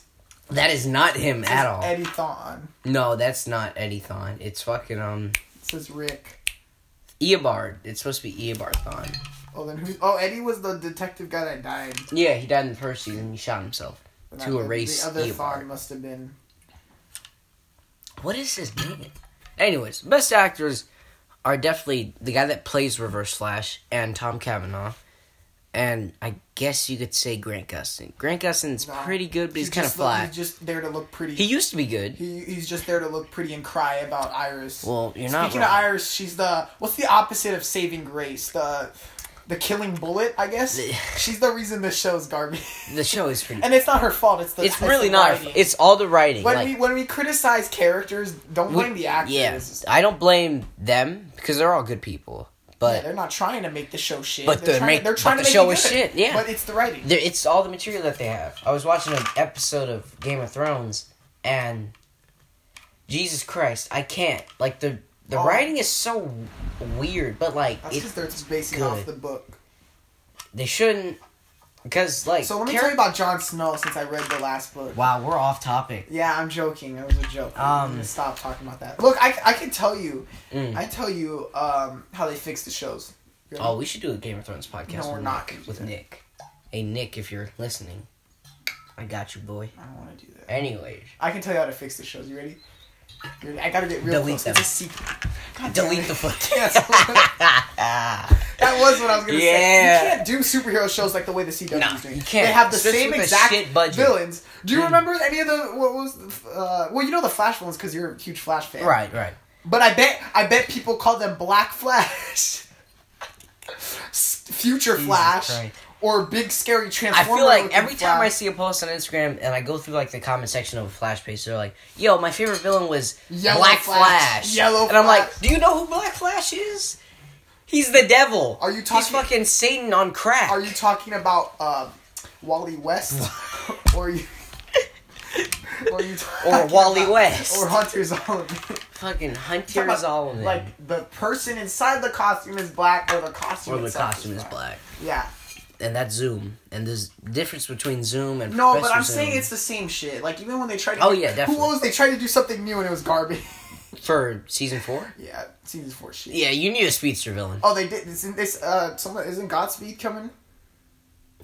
Speaker 2: that is not him at all.
Speaker 1: Eddie Thawne.
Speaker 2: no, that's not Eddie Thon. It's fucking um
Speaker 1: It says Rick.
Speaker 2: Eobard. It's supposed to be Eobard Thon.
Speaker 1: Oh, then who? Oh, Eddie was the detective guy that died.
Speaker 2: Yeah, he died in the first season. He shot himself
Speaker 1: And
Speaker 2: to
Speaker 1: that-
Speaker 2: erase
Speaker 1: The other Thawne
Speaker 2: Eobard.
Speaker 1: must have been.
Speaker 2: What is his name? Anyways, best actors are definitely the guy that plays Reverse Flash and Tom Cavanaugh. And I guess you could say Grant Gustin. Grant Gustin's
Speaker 1: no.
Speaker 2: pretty good, but he's, kind of
Speaker 1: um, just look-
Speaker 2: flat.
Speaker 1: He's just there to look pretty.
Speaker 2: He used to be good.
Speaker 1: He, he's just there to look pretty and cry about Iris.
Speaker 2: Well, you're not
Speaker 1: Speaking
Speaker 2: wrong.
Speaker 1: of Iris, she's the what's the opposite of saving grace? The the killing bullet, I guess.
Speaker 2: The-
Speaker 1: she's the reason this show's garbage,
Speaker 2: The show is pretty.
Speaker 1: and it's not her fault. It's the
Speaker 2: it's
Speaker 1: the
Speaker 2: really not.
Speaker 1: writing.
Speaker 2: It's all the writing.
Speaker 1: when
Speaker 2: like,
Speaker 1: we when we criticize characters, don't blame the actors.
Speaker 2: Yeah, I don't blame them because they're all good people.
Speaker 1: Yeah,
Speaker 2: But
Speaker 1: they're not trying to make the show shit.
Speaker 2: But
Speaker 1: they're
Speaker 2: the
Speaker 1: trying,
Speaker 2: make-
Speaker 1: they're
Speaker 2: but
Speaker 1: trying
Speaker 2: the
Speaker 1: to make
Speaker 2: show
Speaker 1: it
Speaker 2: is
Speaker 1: good.
Speaker 2: shit, yeah.
Speaker 1: but it's the writing.
Speaker 2: There- it's all the material that they have. I was watching an episode of Game of Thrones, and Jesus Christ, I can't. Like the the
Speaker 1: Oh.
Speaker 2: writing is so weird, but like
Speaker 1: That's
Speaker 2: it,
Speaker 1: because they're just basing
Speaker 2: good.
Speaker 1: off the book.
Speaker 2: they shouldn't. Because like,
Speaker 1: So let me
Speaker 2: char-
Speaker 1: tell you about Jon Snow since I read the last book.
Speaker 2: wow, we're off topic.
Speaker 1: Yeah, I'm joking. It was a joke.
Speaker 2: Um,
Speaker 1: I'm gonna stop talking about that. Look, I, I can tell you,
Speaker 2: Mm.
Speaker 1: I tell you um, how they fix the shows. You
Speaker 2: Oh,
Speaker 1: know?
Speaker 2: we should do a Game of Thrones podcast.
Speaker 1: No, we're
Speaker 2: with
Speaker 1: not
Speaker 2: Nick-
Speaker 1: gonna do
Speaker 2: with
Speaker 1: that.
Speaker 2: Nick. Hey Nick, if you're listening, I got you, boy.
Speaker 1: I don't want to do that.
Speaker 2: Anyways,
Speaker 1: I can tell you how to fix the shows. You ready? You ready? I gotta get real
Speaker 2: Delete
Speaker 1: close.
Speaker 2: them.
Speaker 1: It's a secret. God damn
Speaker 2: delete
Speaker 1: it.
Speaker 2: the
Speaker 1: Yes. that was what I was gonna
Speaker 2: Yeah.
Speaker 1: say. You can't do superhero shows like the way the CW
Speaker 2: No,
Speaker 1: is doing.
Speaker 2: you can't.
Speaker 1: They have the
Speaker 2: Especially
Speaker 1: same
Speaker 2: with a
Speaker 1: exact
Speaker 2: shit budget.
Speaker 1: villains. Do you remember any of the what was? The, uh, well, you know the Flash ones because you're a huge Flash fan,
Speaker 2: right, right.
Speaker 1: But I bet I bet people call them Black Flash, S- Future Flash,
Speaker 2: Christ.
Speaker 1: or Big Scary
Speaker 2: I
Speaker 1: Transformer.
Speaker 2: feel like
Speaker 1: looking
Speaker 2: every time I
Speaker 1: Flash.
Speaker 2: see a post on Instagram and I go through like the comment section of a flash page, they're like, "Yo, my favorite villain was
Speaker 1: Yellow
Speaker 2: Black Flash.
Speaker 1: Flash. Yellow
Speaker 2: and I'm like,
Speaker 1: Flash.
Speaker 2: "Do you know who Black Flash is? He's the devil.
Speaker 1: Are you
Speaker 2: He's
Speaker 1: talking-
Speaker 2: fucking Satan on crack.
Speaker 1: are you talking about um, Wally West, or you, or you,
Speaker 2: or
Speaker 1: talking
Speaker 2: Wally
Speaker 1: about-
Speaker 2: West?
Speaker 1: or Hunter Zolomon?
Speaker 2: fucking Hunter Zolomon?
Speaker 1: Like the person inside the costume is black, or the costume
Speaker 2: or the
Speaker 1: itself
Speaker 2: costume is black,
Speaker 1: Yeah.
Speaker 2: and that's Zoom. And there's difference between Zoom and
Speaker 1: No,
Speaker 2: Professor
Speaker 1: but I'm
Speaker 2: Zoom
Speaker 1: saying it's the same shit. Like even when they tried. To
Speaker 2: Oh, yeah, definitely.
Speaker 1: Who knows? They tried to do something new and it was garbage.
Speaker 2: for season four.
Speaker 1: yeah, season four shit.
Speaker 2: Yeah, you need a speedster villain.
Speaker 1: Oh, they did. Isn't this uh? Someone isn't Godspeed coming?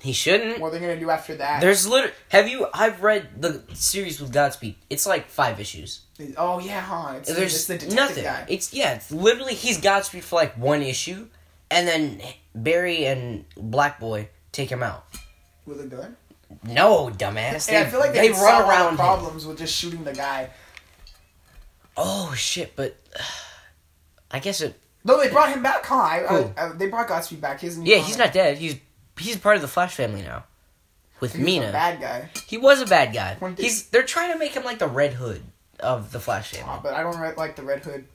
Speaker 2: He shouldn't.
Speaker 1: What are they gonna do after that?
Speaker 2: There's literally. Have you? I've read the series with Godspeed. It's like five issues.
Speaker 1: oh yeah, huh? It's,
Speaker 2: There's
Speaker 1: it's the detective
Speaker 2: nothing.
Speaker 1: guy.
Speaker 2: It's yeah. It's literally he's Godspeed for like one issue, and then Barry and Black Boy take him out.
Speaker 1: with a gun.
Speaker 2: No, dumbass.
Speaker 1: And I feel like they,
Speaker 2: they
Speaker 1: can
Speaker 2: run
Speaker 1: solve all the
Speaker 2: around. him.
Speaker 1: problems with just shooting the guy.
Speaker 2: Oh shit! But I guess it.
Speaker 1: No, they brought him back, huh? I,
Speaker 2: Who?
Speaker 1: I, I, they brought Godspeed back. His
Speaker 2: Yeah, he's not dead. He's he's part of the Flash family now. With
Speaker 1: He's
Speaker 2: Mina,
Speaker 1: a bad guy,
Speaker 2: he was a bad guy.
Speaker 1: When did-
Speaker 2: He's they're trying to make him like the Red Hood of the Flash family.
Speaker 1: Uh, but I don't re- like the Red Hood.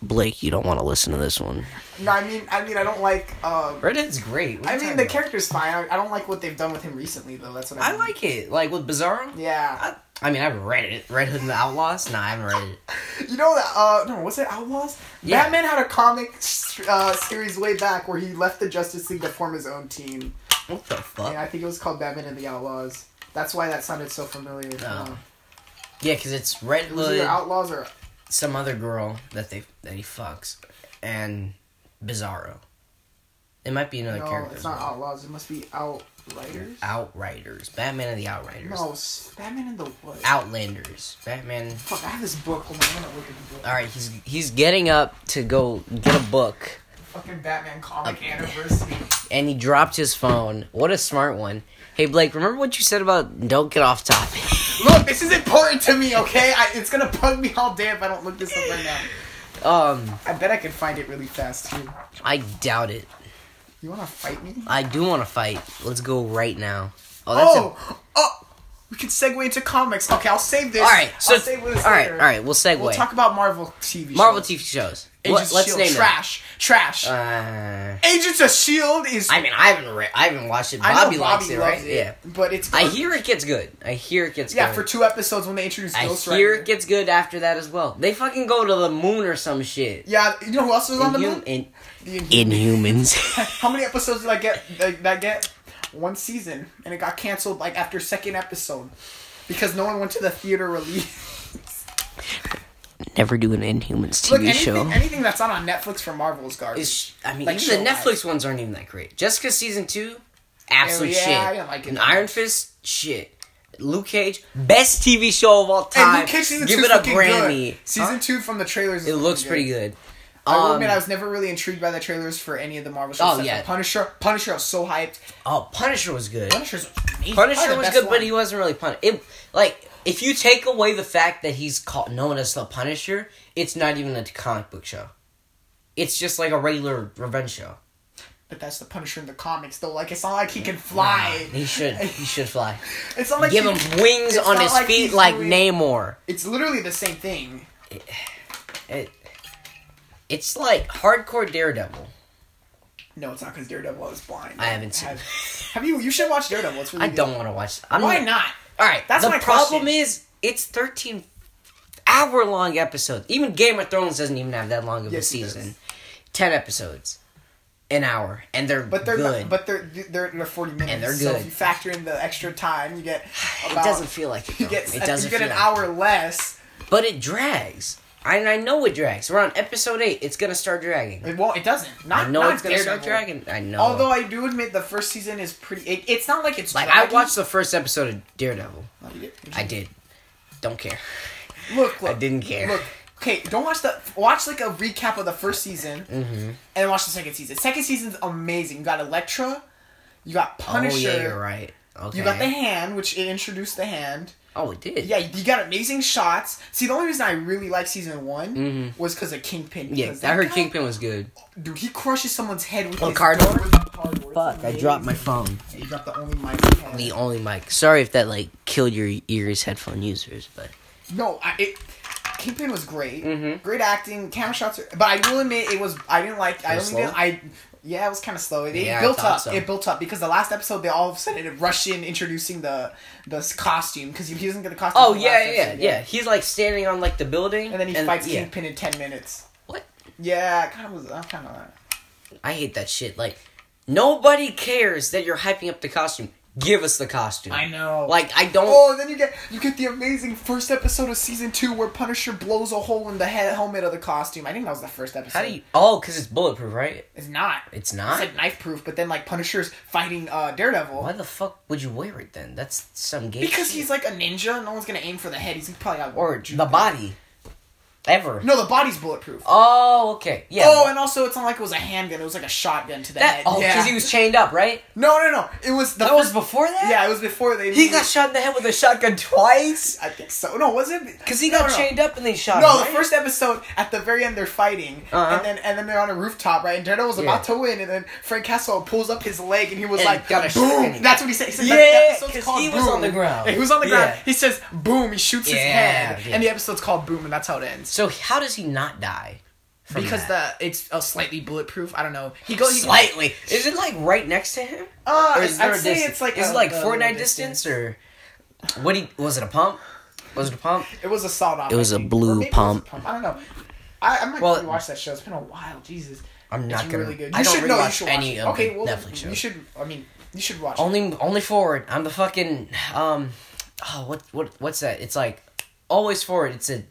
Speaker 2: Blake, you don't want to listen to this one.
Speaker 1: No, I mean, I mean, I don't like. Um,
Speaker 2: Red Hood's great. What are
Speaker 1: I
Speaker 2: you
Speaker 1: mean,
Speaker 2: talking
Speaker 1: the
Speaker 2: about?
Speaker 1: character's fine. I, I don't like what they've done with him recently, though. That's what I,
Speaker 2: I
Speaker 1: mean.
Speaker 2: like it. Like with Bizarro.
Speaker 1: Yeah,
Speaker 2: I, I mean, I've read it. Red Hood and the Outlaws. Nah, I haven't read it.
Speaker 1: you know that? Uh, no, was it Outlaws?
Speaker 2: Yeah.
Speaker 1: Batman had a comic uh, series way back where he left the Justice League to form his own team.
Speaker 2: What the fuck?
Speaker 1: Yeah,
Speaker 2: Yeah,
Speaker 1: I think it was called Batman and the Outlaws. That's why that sounded so familiar.
Speaker 2: Oh.
Speaker 1: Oh.
Speaker 2: because it's Red
Speaker 1: It was either
Speaker 2: Hood,
Speaker 1: Outlaws or
Speaker 2: some other girl that they that he fucks, and Bizarro. It might be another
Speaker 1: No,
Speaker 2: character.
Speaker 1: it's
Speaker 2: as
Speaker 1: not
Speaker 2: well.
Speaker 1: Outlaws. It must be Outriders.
Speaker 2: Outriders. Batman and the Outriders.
Speaker 1: No, s- Batman in the Woods.
Speaker 2: Outlanders. Batman.
Speaker 1: Fuck, I have this book. Hold on, I'm gonna look at the book.
Speaker 2: All right, he's he's getting up to go get a book,
Speaker 1: Fucking Batman comic anniversary.
Speaker 2: and he dropped his phone. What a smart one. Hey Blake, remember what you said about don't get off topic.
Speaker 1: Look, this is important to me, okay? I, it's gonna bug me all day if I don't look this up right now.
Speaker 2: Um,
Speaker 1: I bet I can find it really fast too.
Speaker 2: I doubt it.
Speaker 1: You wanna fight me?
Speaker 2: I do want to fight. Let's go right now. Oh, that's
Speaker 1: Oh, oh, we can segue into comics. Okay, I'll save this.
Speaker 2: a, all right. So
Speaker 1: I'll save this
Speaker 2: all right, all
Speaker 1: later.
Speaker 2: right. We'll segue.
Speaker 1: We'll talk about Marvel TV. Shows.
Speaker 2: Marvel TV shows.
Speaker 1: Agents
Speaker 2: What,
Speaker 1: of
Speaker 2: let's
Speaker 1: Shield.
Speaker 2: name
Speaker 1: E trash, trash.
Speaker 2: them. Uh,
Speaker 1: Agents of Shield E is.
Speaker 2: I mean, I haven't re- I haven't watched it.
Speaker 1: I
Speaker 2: Bobby,
Speaker 1: know
Speaker 2: likes it, right?
Speaker 1: loves
Speaker 2: Yeah.
Speaker 1: but it's.
Speaker 2: I hear it gets good. I hear it gets
Speaker 1: Yeah,
Speaker 2: good.
Speaker 1: for two episodes when they introduced
Speaker 2: I
Speaker 1: Ghost
Speaker 2: hear
Speaker 1: Rider.
Speaker 2: it gets good after that as well. They fucking go to the moon or some shit.
Speaker 1: yeah, you know who else was on the
Speaker 2: Inhum-
Speaker 1: moon?
Speaker 2: in-
Speaker 1: The Inhumans.
Speaker 2: Inhumans.
Speaker 1: How many episodes did I get? Did I get one season, and it got canceled like after second episode because no one went to the theater release.
Speaker 2: Never do an Inhumans TV
Speaker 1: Look, anything,
Speaker 2: show.
Speaker 1: anything that's not on Netflix for Marvel is garbage.
Speaker 2: It's- I mean,
Speaker 1: Like
Speaker 2: even the
Speaker 1: show-wise.
Speaker 2: Netflix ones aren't even that great. Jessica season two, absolute
Speaker 1: Yeah,
Speaker 2: shit.
Speaker 1: I didn't like it
Speaker 2: An
Speaker 1: that
Speaker 2: Iron
Speaker 1: much.
Speaker 2: Fist, shit. Luke Cage, best TV show of all
Speaker 1: and
Speaker 2: time.
Speaker 1: Luke Cage season
Speaker 2: Give
Speaker 1: two
Speaker 2: it a
Speaker 1: Grammy.
Speaker 2: Grammy.
Speaker 1: Season
Speaker 2: Huh?
Speaker 1: two from the trailers. is
Speaker 2: It looks pretty good.
Speaker 1: I will
Speaker 2: Um,
Speaker 1: admit, I was never really intrigued by the trailers for any of the Marvel shows.
Speaker 2: Oh,
Speaker 1: except for
Speaker 2: yeah.
Speaker 1: Punisher. Punisher, I was so hyped.
Speaker 2: oh, Punisher was good.
Speaker 1: Punisher's amazing. Probably
Speaker 2: Punisher
Speaker 1: the
Speaker 2: was
Speaker 1: best
Speaker 2: good,
Speaker 1: one.
Speaker 2: but he wasn't really Punisher. It like if you take away the fact that he's called known as the Punisher, it's not even a comic book show. It's just like a regular revenge show.
Speaker 1: But that's the Punisher in the comics, though. Like, it's not like he can fly.
Speaker 2: He should he should fly.
Speaker 1: It's not like
Speaker 2: Give
Speaker 1: he-
Speaker 2: him wings
Speaker 1: it's
Speaker 2: on
Speaker 1: not
Speaker 2: his
Speaker 1: like
Speaker 2: feet
Speaker 1: he's
Speaker 2: like
Speaker 1: doing-
Speaker 2: Namor.
Speaker 1: It's literally the same thing.
Speaker 2: It, it's like hardcore Daredevil.
Speaker 1: No, it's not because Daredevil is blind.
Speaker 2: I haven't seen
Speaker 1: Have, have you? You should watch Daredevil. It's really
Speaker 2: I
Speaker 1: good.
Speaker 2: don't want to watch. I'm
Speaker 1: Why not?
Speaker 2: All right,
Speaker 1: That's
Speaker 2: the
Speaker 1: my
Speaker 2: problem
Speaker 1: question.
Speaker 2: is it's 13 hour long episodes. Even Game of Thrones doesn't even have that long of
Speaker 1: Yes,
Speaker 2: a
Speaker 1: it does.
Speaker 2: season. 10 episodes. An hour and they're
Speaker 1: But they're
Speaker 2: good.
Speaker 1: Not, but they're they're they're forty minutes.
Speaker 2: And they're
Speaker 1: So
Speaker 2: good.
Speaker 1: if you factor in the extra time, you get.
Speaker 2: it
Speaker 1: about-
Speaker 2: doesn't feel like it.
Speaker 1: You
Speaker 2: though.
Speaker 1: get
Speaker 2: it doesn't
Speaker 1: you get
Speaker 2: feel
Speaker 1: an
Speaker 2: like
Speaker 1: hour less.
Speaker 2: it. But it drags. I I know it drags. We're on episode 8. It's going to start dragging.
Speaker 1: It won't. It doesn't. Not
Speaker 2: I know
Speaker 1: not
Speaker 2: it's going to start
Speaker 1: Daredevil.
Speaker 2: dragging. I know.
Speaker 1: Although I do admit the first season is pretty. It, it's not like it's
Speaker 2: like I
Speaker 1: dragging.
Speaker 2: watched the first episode of Daredevil.
Speaker 1: Oh, you did?
Speaker 2: I did. Don't care.
Speaker 1: Look, look.
Speaker 2: I didn't care.
Speaker 1: Look, okay, don't watch the watch like a recap of the first season,
Speaker 2: Mm-hmm.
Speaker 1: and then watch the second season. Second season's amazing. You got Elektra, you got Punisher,
Speaker 2: Oh yeah, you're right. Okay.
Speaker 1: you got the hand, which it introduced the hand.
Speaker 2: Oh, it did.
Speaker 1: Yeah, you got amazing shots. See, the only reason I really liked season one was because of Kingpin.
Speaker 2: Mm-hmm. Yeah,
Speaker 1: because
Speaker 2: I
Speaker 1: that
Speaker 2: heard
Speaker 1: guy-
Speaker 2: Kingpin was good.
Speaker 1: Dude, he crushes someone's head with
Speaker 2: On
Speaker 1: his
Speaker 2: cardboard?
Speaker 1: door with cardboard. It's
Speaker 2: Fuck, I dropped my
Speaker 1: amazing.
Speaker 2: phone.
Speaker 1: Yeah, You dropped the only mic. you had.
Speaker 2: The only mic. Sorry if that like killed your ears, headphone users, but
Speaker 1: No, I, it, Kingpin was great.
Speaker 2: Mm-hmm.
Speaker 1: Great acting, camera shots. Are, but I will admit, it was I didn't like. I
Speaker 2: It was
Speaker 1: only didn't,
Speaker 2: slow?
Speaker 1: I yeah, it was kind of slow. It, it
Speaker 2: Yeah, I
Speaker 1: built
Speaker 2: thought
Speaker 1: up.
Speaker 2: so.
Speaker 1: It built up because the last episode they all of a sudden it rushed in introducing the the s- costume because he, he doesn't get the costume.
Speaker 2: oh
Speaker 1: till the
Speaker 2: yeah,
Speaker 1: last
Speaker 2: yeah, yeah,
Speaker 1: episode,
Speaker 2: He's like standing on like the building,
Speaker 1: And then he fights
Speaker 2: yeah.
Speaker 1: Kingpin in ten minutes.
Speaker 2: What?
Speaker 1: Yeah, kind of was. I kind of.
Speaker 2: I hate that shit. Like nobody cares that you're hyping up the costume. Give us the costume.
Speaker 1: I know.
Speaker 2: Like I don't.
Speaker 1: Oh, and then you get you get the amazing first episode of season two where Punisher blows a hole in the head, helmet of the costume. I think that was the first episode.
Speaker 2: How do you? Oh, because it's bulletproof, right?
Speaker 1: It's not.
Speaker 2: It's not.
Speaker 1: It's like knife proof, but then like Punisher's fighting uh, Daredevil.
Speaker 2: Why the fuck would you wear it then? That's some game.
Speaker 1: Because he's like a ninja, no one's gonna aim for the head. He's probably got
Speaker 2: or the body. Ever.
Speaker 1: No, the body's bulletproof.
Speaker 2: Oh, okay. Yeah.
Speaker 1: Oh, and also it's not like it was a handgun; it was like a shotgun to the
Speaker 2: that.
Speaker 1: head.
Speaker 2: Oh, because
Speaker 1: yeah.
Speaker 2: he was chained up, right?
Speaker 1: No, no, no. It was the
Speaker 2: That was
Speaker 1: first-
Speaker 2: before that.
Speaker 1: Yeah, it was before they.
Speaker 2: He got shot in the head with a shotgun twice.
Speaker 1: I think so. No, was it?
Speaker 2: Cause he
Speaker 1: No,
Speaker 2: got
Speaker 1: no, no.
Speaker 2: chained up and they shot him.
Speaker 1: No, the
Speaker 2: right?
Speaker 1: first episode at the very end they're fighting,
Speaker 2: Uh-huh.
Speaker 1: and then and then they're on a rooftop, right? And Daredevil's
Speaker 2: Yeah.
Speaker 1: about to win, and then Frank Castle pulls up his leg, and he was
Speaker 2: And
Speaker 1: like,
Speaker 2: got a shot in
Speaker 1: "Boom!"
Speaker 2: it.
Speaker 1: That's what he said. He said
Speaker 2: Yeah,
Speaker 1: the episode's
Speaker 2: 'cause
Speaker 1: called
Speaker 2: he was on the
Speaker 1: Boom.
Speaker 2: ground.
Speaker 1: Yeah, he was on the ground.
Speaker 2: Yeah.
Speaker 1: He says, "Boom!" He shoots
Speaker 2: Yeah,
Speaker 1: his head,
Speaker 2: yeah.
Speaker 1: and the episode's called "Boom," and that's how it ends.
Speaker 2: So how does he not die? from
Speaker 1: Because
Speaker 2: that?
Speaker 1: the it's uh, slightly bulletproof. I don't know. He goes. He goes-
Speaker 2: slightly is it like right next to him?
Speaker 1: Uh,
Speaker 2: Or is
Speaker 1: I'd
Speaker 2: there a
Speaker 1: say
Speaker 2: distance?
Speaker 1: it's like
Speaker 2: is
Speaker 1: a-
Speaker 2: it like
Speaker 1: a little
Speaker 2: Fortnite distance, or what? He was it a pump? Was it a pump?
Speaker 1: It was a sawed off.
Speaker 2: It was a blue pump.
Speaker 1: I don't know. I, I might
Speaker 2: Well-
Speaker 1: rewatch that show. It's been a while. Jesus.
Speaker 2: I'm not
Speaker 1: it's
Speaker 2: gonna-
Speaker 1: Really good.
Speaker 2: I
Speaker 1: You
Speaker 2: don't
Speaker 1: should know. You
Speaker 2: rewatch
Speaker 1: should
Speaker 2: any
Speaker 1: watch it.
Speaker 2: of
Speaker 1: Okay,
Speaker 2: the
Speaker 1: well,
Speaker 2: Netflix
Speaker 1: you
Speaker 2: shows.
Speaker 1: should. I mean, you should watch. it.
Speaker 2: Only only forward. I'm the fucking um. Oh what what what's that? It's like always forward. It's a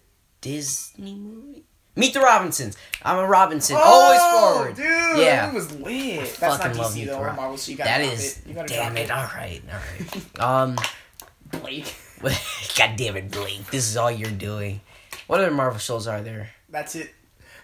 Speaker 2: Disney movie. Meet the Robinsons. I'm a Robinson. Always forward.
Speaker 1: Oh, dude. that
Speaker 2: Yeah.
Speaker 1: movie was lit. That's
Speaker 2: Fucking
Speaker 1: not
Speaker 2: love
Speaker 1: DC
Speaker 2: Meet
Speaker 1: though.
Speaker 2: the
Speaker 1: or
Speaker 2: Rob-
Speaker 1: Marvel, so you gotta
Speaker 2: That
Speaker 1: drop
Speaker 2: is.
Speaker 1: it. You gotta
Speaker 2: damn
Speaker 1: drop
Speaker 2: it. All right. All right. um.
Speaker 1: it. Blake.
Speaker 2: God damn it, Blake. This is all you're doing. What other Marvel shows are there?
Speaker 1: That's it.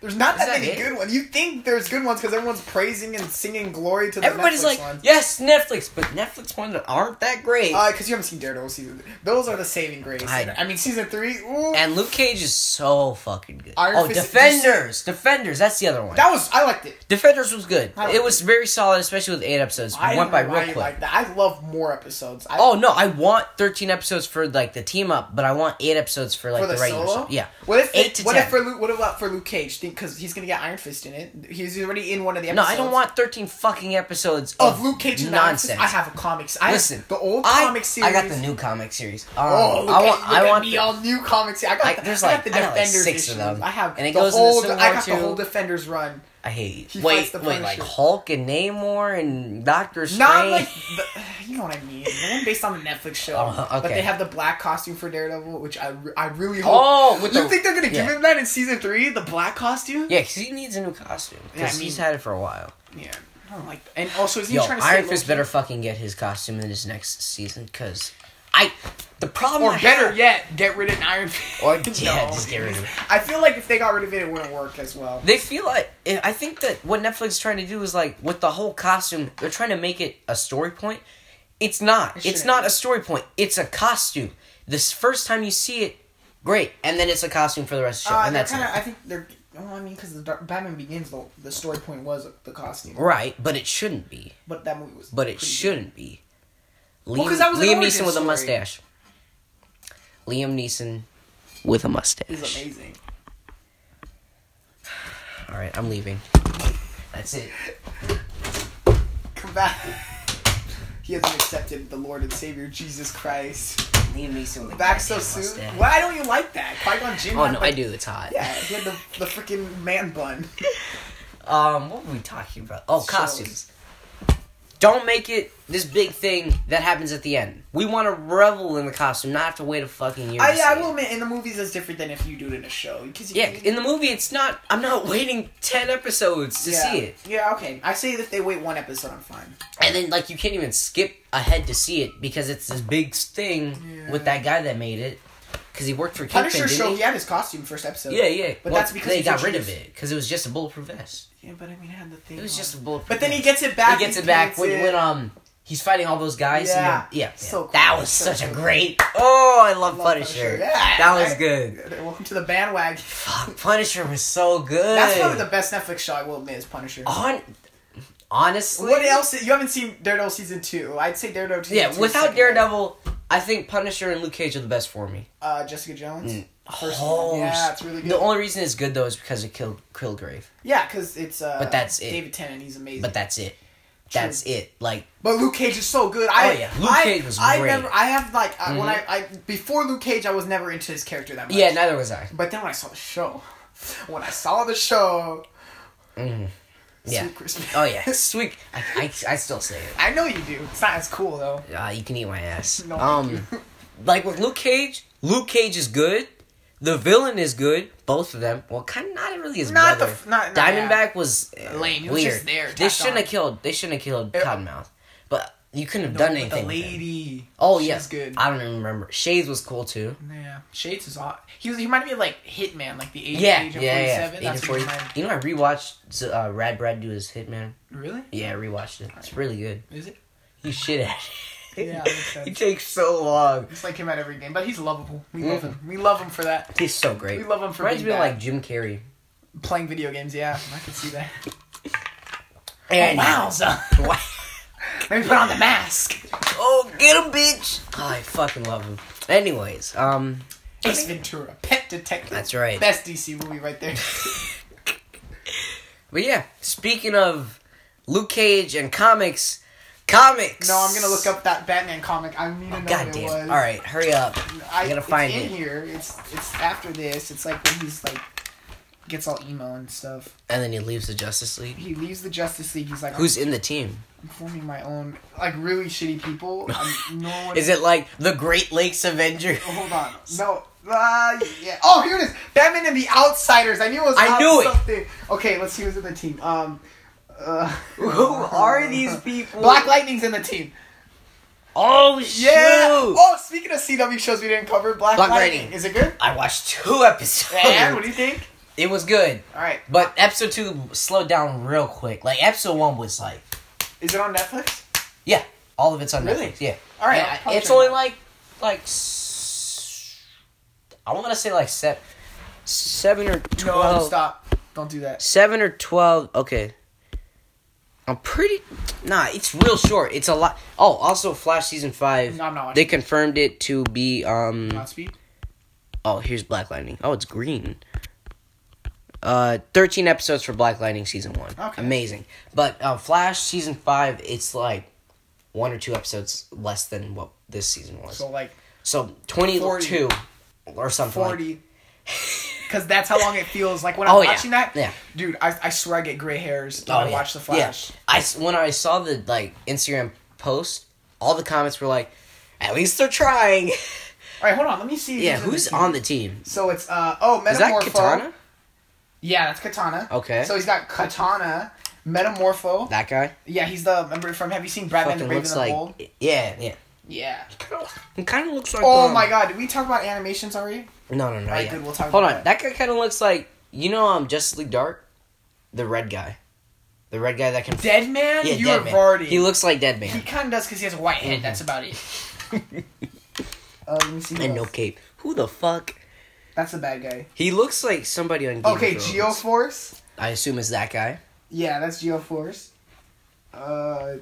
Speaker 1: There's not
Speaker 2: Is
Speaker 1: that,
Speaker 2: that
Speaker 1: many
Speaker 2: it?
Speaker 1: good ones. You think there's good ones because everyone's praising and singing glory to the
Speaker 2: Everybody's
Speaker 1: Netflix
Speaker 2: like,
Speaker 1: ones.
Speaker 2: yes, Netflix, but Netflix ones aren't that great.
Speaker 1: Because you haven't seen Daredevil season. Those are the saving grace. I,
Speaker 2: I know.
Speaker 1: mean, season three. Ooh,
Speaker 2: and Luke Cage is so fucking good.
Speaker 1: Iron
Speaker 2: oh,
Speaker 1: Fist-
Speaker 2: Defenders. Defenders. That's the other one.
Speaker 1: that was I liked it.
Speaker 2: Defenders was good.
Speaker 1: I don't-
Speaker 2: It was very solid, especially with eight episodes.
Speaker 1: I
Speaker 2: It went by
Speaker 1: don't know why
Speaker 2: real
Speaker 1: you
Speaker 2: quick.
Speaker 1: Like that. I love more episodes. I,
Speaker 2: Oh no, I want thirteen episodes for like the team up, but I want eight episodes for like
Speaker 1: for the,
Speaker 2: regular
Speaker 1: solo.
Speaker 2: stuff. Yeah.
Speaker 1: What if
Speaker 2: Eight to
Speaker 1: what
Speaker 2: 10.
Speaker 1: if for Luke, what about for Luke Cage? Because he's gonna get Iron Fist in it. He's already in one of the
Speaker 2: No,
Speaker 1: episodes.
Speaker 2: I don't want thirteen fucking episodes of,
Speaker 1: of Luke Cage and Iron Fist,
Speaker 2: nonsense.
Speaker 1: I have a comics. I
Speaker 2: Listen,
Speaker 1: the old
Speaker 2: I-
Speaker 1: comic series.
Speaker 2: I got the new comic series. Um,
Speaker 1: Oh, look
Speaker 2: I want.
Speaker 1: at, look
Speaker 2: I
Speaker 1: at
Speaker 2: want.
Speaker 1: me
Speaker 2: the-
Speaker 1: all new comics. I got
Speaker 2: I-
Speaker 1: the,
Speaker 2: there's
Speaker 1: I
Speaker 2: like-
Speaker 1: got the
Speaker 2: I got like
Speaker 1: Defenders
Speaker 2: six
Speaker 1: issues.
Speaker 2: of them.
Speaker 1: I have
Speaker 2: And it
Speaker 1: the
Speaker 2: goes into
Speaker 1: whole.
Speaker 2: Civil
Speaker 1: I
Speaker 2: War
Speaker 1: got the
Speaker 2: too.
Speaker 1: whole Defenders run.
Speaker 2: I hate.
Speaker 1: He
Speaker 2: wait,
Speaker 1: fights the
Speaker 2: wait, like
Speaker 1: Punisher.
Speaker 2: Hulk and Namor and Doctor Strange.
Speaker 1: Not like the, you know what I mean. The one based on the Netflix show,
Speaker 2: Oh, okay.
Speaker 1: but they have the black costume for Daredevil, which I, re- I really hope.
Speaker 2: Oh, with
Speaker 1: you
Speaker 2: the-
Speaker 1: think they're gonna
Speaker 2: yeah.
Speaker 1: give him that in season three? The black costume?
Speaker 2: yeah, because he needs a new costume. Because
Speaker 1: Yeah, I
Speaker 2: he's
Speaker 1: mean-
Speaker 2: had it for a while.
Speaker 1: Yeah, I don't like. That. And also, is he
Speaker 2: Yo,
Speaker 1: trying to
Speaker 2: Iron
Speaker 1: stay
Speaker 2: Fist
Speaker 1: low-key?
Speaker 2: better fucking get his costume in his next season. Because I, the problem.
Speaker 1: Or
Speaker 2: I
Speaker 1: better
Speaker 2: have-
Speaker 1: yet, get rid of Iron Fist.
Speaker 2: Or yeah, just get rid of it.
Speaker 1: I feel like if they got rid of it, it wouldn't work as well.
Speaker 2: They feel like eh, I think that what Netflix is trying to do is like with the whole costume, they're trying to make it a story point. It's not.
Speaker 1: It
Speaker 2: it's
Speaker 1: shouldn't
Speaker 2: not
Speaker 1: be.
Speaker 2: a story point. It's a costume. This first time you see it, great, and then it's a costume for the rest of the show,
Speaker 1: Uh,
Speaker 2: and
Speaker 1: they're
Speaker 2: that's
Speaker 1: kind of.
Speaker 2: it.
Speaker 1: I think they're. Well, I mean, because the Dark- Batman Begins, the, the story point was the costume,
Speaker 2: right, but it shouldn't be.
Speaker 1: but that movie was.
Speaker 2: But it
Speaker 1: pretty good.
Speaker 2: shouldn't be. Liam,
Speaker 1: 'cause that was an
Speaker 2: Liam
Speaker 1: origin
Speaker 2: Neeson with a
Speaker 1: story.
Speaker 2: mustache. Liam Neeson with a
Speaker 1: It's
Speaker 2: mustache.
Speaker 1: amazing.
Speaker 2: All right, I'm leaving. That's it.
Speaker 1: Come back. He hasn't accepted the Lord and Savior Jesus Christ.
Speaker 2: Liam Neeson with a
Speaker 1: Back so
Speaker 2: goddamn
Speaker 1: soon.
Speaker 2: mustache.
Speaker 1: Why don't you like that? Qui Gon Jinn.
Speaker 2: Oh
Speaker 1: had
Speaker 2: no,
Speaker 1: the-
Speaker 2: I do. It's hot.
Speaker 1: Yeah, he had the the freaking man bun.
Speaker 2: Um, what were we talking about? Oh,
Speaker 1: Shows.
Speaker 2: costumes. Don't make it this big thing that happens at the end. We want to revel in the costume, not have to wait a fucking year. to
Speaker 1: I, I
Speaker 2: see it.
Speaker 1: will admit, in the movies, it's different than if you do it in a show. Because
Speaker 2: Yeah, in the movie, it's not. I'm not waiting ten episodes to see it,
Speaker 1: Yeah, okay. I say that if they wait one episode, I'm fine.
Speaker 2: and then like you can't even skip ahead to see it because it's this big thing with
Speaker 1: Yeah.
Speaker 2: that guy that made it because he worked for Kingpin,
Speaker 1: Punisher
Speaker 2: didn't
Speaker 1: show,
Speaker 2: he?
Speaker 1: he had his costume first episode.
Speaker 2: Yeah, yeah.
Speaker 1: But
Speaker 2: Well,
Speaker 1: that's because
Speaker 2: they
Speaker 1: he
Speaker 2: got rid of
Speaker 1: introduced-
Speaker 2: it because it was just a bulletproof vest.
Speaker 1: Yeah, but I mean, it had the thing.
Speaker 2: It was
Speaker 1: on.
Speaker 2: just a bulletproof.
Speaker 1: But then he
Speaker 2: vest.
Speaker 1: gets it back.
Speaker 2: he gets it
Speaker 1: and
Speaker 2: back
Speaker 1: paints
Speaker 2: when,
Speaker 1: it.
Speaker 2: when um he's fighting all those guys. and
Speaker 1: Yeah.
Speaker 2: then- yeah, yeah.
Speaker 1: So cool.
Speaker 2: That was
Speaker 1: So
Speaker 2: such a
Speaker 1: cool.
Speaker 2: great. Oh, I love,
Speaker 1: Love
Speaker 2: Punisher.
Speaker 1: Punisher. Yeah,
Speaker 2: that was
Speaker 1: I-
Speaker 2: good.
Speaker 1: Welcome to the bandwagon.
Speaker 2: Fuck, Punisher was so good.
Speaker 1: That's probably the best Netflix show I will admit is Punisher.
Speaker 2: On, honestly,
Speaker 1: What else? You haven't seen Daredevil season two. I'd say Daredevil. Season two
Speaker 2: Yeah,
Speaker 1: is
Speaker 2: without
Speaker 1: second
Speaker 2: Daredevil, I think Punisher and Luke Cage are the best for me.
Speaker 1: best. uh, Jessica Jones. First
Speaker 2: Oh,
Speaker 1: one. yeah, it's really good.
Speaker 2: The only reason it's good though is because it killed Killgrave,
Speaker 1: yeah, because it's uh,
Speaker 2: But that's it.
Speaker 1: David Tennant. He's amazing.
Speaker 2: but that's it. That's it. Like
Speaker 1: But Luke Cage is so good. I,
Speaker 2: Oh, yeah. Luke
Speaker 1: I,
Speaker 2: Cage was
Speaker 1: I
Speaker 2: great. Mm-hmm.
Speaker 1: never. I have like I, when I, I before Luke Cage, I was never into his character that much.
Speaker 2: yeah, neither was I.
Speaker 1: But then when I saw the show, when I saw the show,
Speaker 2: Yeah.
Speaker 1: Sweet Christmas.
Speaker 2: Oh yeah, sweet. I, I, I still say it.
Speaker 1: I know you do. It's not as cool though.
Speaker 2: Uh, you can eat my ass.
Speaker 1: No,
Speaker 2: um, like with Luke Cage, Luke Cage is good. The villain is good. Both of them. Well, kind of not really his
Speaker 1: Not the
Speaker 2: brother.
Speaker 1: f- not- not-
Speaker 2: Diamondback was uh,
Speaker 1: Lame. He was
Speaker 2: Weird.
Speaker 1: just there,
Speaker 2: They
Speaker 1: tacked
Speaker 2: shouldn't
Speaker 1: on.
Speaker 2: have killed. They shouldn't have killed
Speaker 1: It-
Speaker 2: Cottonmouth. But you couldn't have done
Speaker 1: No, but
Speaker 2: anything.
Speaker 1: The
Speaker 2: with him.
Speaker 1: lady.
Speaker 2: Oh
Speaker 1: she's
Speaker 2: yeah,
Speaker 1: good.
Speaker 2: I don't even remember. Shades was cool too.
Speaker 1: yeah, Shades is hot. He was. He reminded me of like Hitman, like the age,
Speaker 2: Yeah,
Speaker 1: age
Speaker 2: yeah,
Speaker 1: of 47.
Speaker 2: yeah. yeah. Agent
Speaker 1: That's what he
Speaker 2: 40.
Speaker 1: reminded-
Speaker 2: You know, I rewatched uh, Rad Brad do his Hitman.
Speaker 1: Really?
Speaker 2: Yeah, I rewatched it. It's really good.
Speaker 1: Is it?
Speaker 2: He's shit at it.
Speaker 1: Yeah, makes sense.
Speaker 2: it takes so long.
Speaker 1: It's like him at every game, but he's lovable. We love him. We love him for that.
Speaker 2: He's so great.
Speaker 1: We love him for
Speaker 2: Mm. Reminds
Speaker 1: being
Speaker 2: me of
Speaker 1: bad.
Speaker 2: like Jim Carrey.
Speaker 1: Playing video games, yeah, I can see that. Oh,
Speaker 2: And
Speaker 1: Wowza.
Speaker 2: Wow.
Speaker 1: Maybe put on the mask.
Speaker 2: Oh, get him, bitch! Oh, I fucking love him. Anyways, um,
Speaker 1: Ace Ventura, Pet Detective.
Speaker 2: That's right.
Speaker 1: Best DC movie right there.
Speaker 2: but yeah, speaking of Luke Cage and comics, comics.
Speaker 1: no, I'm gonna look up that Batman comic. I need to know what it
Speaker 2: Goddamn!
Speaker 1: was.
Speaker 2: Oh, All right, hurry up.
Speaker 1: I,
Speaker 2: gotta
Speaker 1: it's
Speaker 2: find
Speaker 1: in
Speaker 2: it.
Speaker 1: here. It's it's after this. It's like when he's like gets all emo and stuff.
Speaker 2: And then he leaves the Justice League.
Speaker 1: He leaves the Justice League. He's like,
Speaker 2: Who's in the team?
Speaker 1: I'm forming my own like really shitty people. I'm, no one
Speaker 2: Is it like the Great Lakes Avengers?
Speaker 1: Hold on. No, Uh, yeah. Oh, here it is. Batman and the Outsiders. I knew it was.
Speaker 2: I
Speaker 1: on
Speaker 2: knew it.
Speaker 1: something. Okay, let's see who's in the team. Um, uh,
Speaker 2: Who are these people?
Speaker 1: Black Lightning's in the team.
Speaker 2: Oh shoot!
Speaker 1: Yeah. Oh, speaking of CW shows we didn't cover, Black,
Speaker 2: Black
Speaker 1: Lightning.
Speaker 2: Lightning.
Speaker 1: Is it good?
Speaker 2: I watched two episodes.
Speaker 1: And what do you think?
Speaker 2: It was good,
Speaker 1: All right.
Speaker 2: but episode two slowed down real quick. Like episode one was like,
Speaker 1: Is it on Netflix?
Speaker 2: yeah, all of it's on
Speaker 1: Really?
Speaker 2: Netflix. Yeah.
Speaker 1: All right.
Speaker 2: Yeah,
Speaker 1: I'll probably
Speaker 2: it's
Speaker 1: check it
Speaker 2: only
Speaker 1: out.
Speaker 2: like like s- I want to say like seven, seven or
Speaker 1: No,
Speaker 2: twelve,
Speaker 1: stop. Don't do that.
Speaker 2: seven or twelve. Okay, I'm pretty. Nah, it's real short. It's a lot. Oh, also Flash season five.
Speaker 1: No, I'm not
Speaker 2: They
Speaker 1: watching.
Speaker 2: confirmed it to be um.
Speaker 1: Godspeed.
Speaker 2: Oh, here's Black Lightning. Oh, it's green. Uh, thirteen episodes for Black Lightning season one.
Speaker 1: Okay.
Speaker 2: Amazing. But uh, Flash season five, it's like one or two episodes less than what this season was.
Speaker 1: So like
Speaker 2: So twenty two or something. like-
Speaker 1: forty. Because that's how long it feels like when I'm
Speaker 2: Oh, yeah.
Speaker 1: watching that.
Speaker 2: Yeah.
Speaker 1: Dude, I, I swear I get gray hairs when
Speaker 2: Oh,
Speaker 1: I
Speaker 2: yeah.
Speaker 1: watch The Flash.
Speaker 2: Yeah. I s- when I saw the like Instagram post, all the comments were like, "At least they're trying."
Speaker 1: All right, hold on. Let me see.
Speaker 2: yeah.
Speaker 1: in the
Speaker 2: Who's
Speaker 1: team.
Speaker 2: on the team?
Speaker 1: So it's uh oh
Speaker 2: Is that
Speaker 1: Metamorpho.
Speaker 2: Katana?
Speaker 1: Yeah, that's Katana.
Speaker 2: Okay.
Speaker 1: So he's got Katana, Metamorpho.
Speaker 2: That guy
Speaker 1: Yeah, he's the remember from Have you seen Batman the
Speaker 2: fucking
Speaker 1: Brave and
Speaker 2: looks
Speaker 1: the
Speaker 2: like.
Speaker 1: Bold?
Speaker 2: Yeah. Yeah.
Speaker 1: Yeah.
Speaker 2: He kind of looks like.
Speaker 1: Oh
Speaker 2: um,
Speaker 1: my God! Did we talk about animations already?
Speaker 2: No, no, no.
Speaker 1: Alright,
Speaker 2: yeah.
Speaker 1: good, we'll talk
Speaker 2: Hold
Speaker 1: about
Speaker 2: on. That guy kind of looks like you know um Justice League Dark, the red guy, the red guy that can.
Speaker 1: Dead Man.
Speaker 2: yeah,
Speaker 1: you
Speaker 2: Dead
Speaker 1: were
Speaker 2: Man.
Speaker 1: Vardy.
Speaker 2: He looks like Dead
Speaker 1: He
Speaker 2: Man
Speaker 1: kind of does because he has a white head. That's about it. uh, let me see. who
Speaker 2: and no
Speaker 1: else.
Speaker 2: cape. Who the fuck?
Speaker 1: That's a bad guy.
Speaker 2: He looks like somebody on. Game
Speaker 1: Okay,
Speaker 2: of Thrones.
Speaker 1: Geoforce.
Speaker 2: I assume it's that guy.
Speaker 1: Yeah, that's Geoforce. Uh,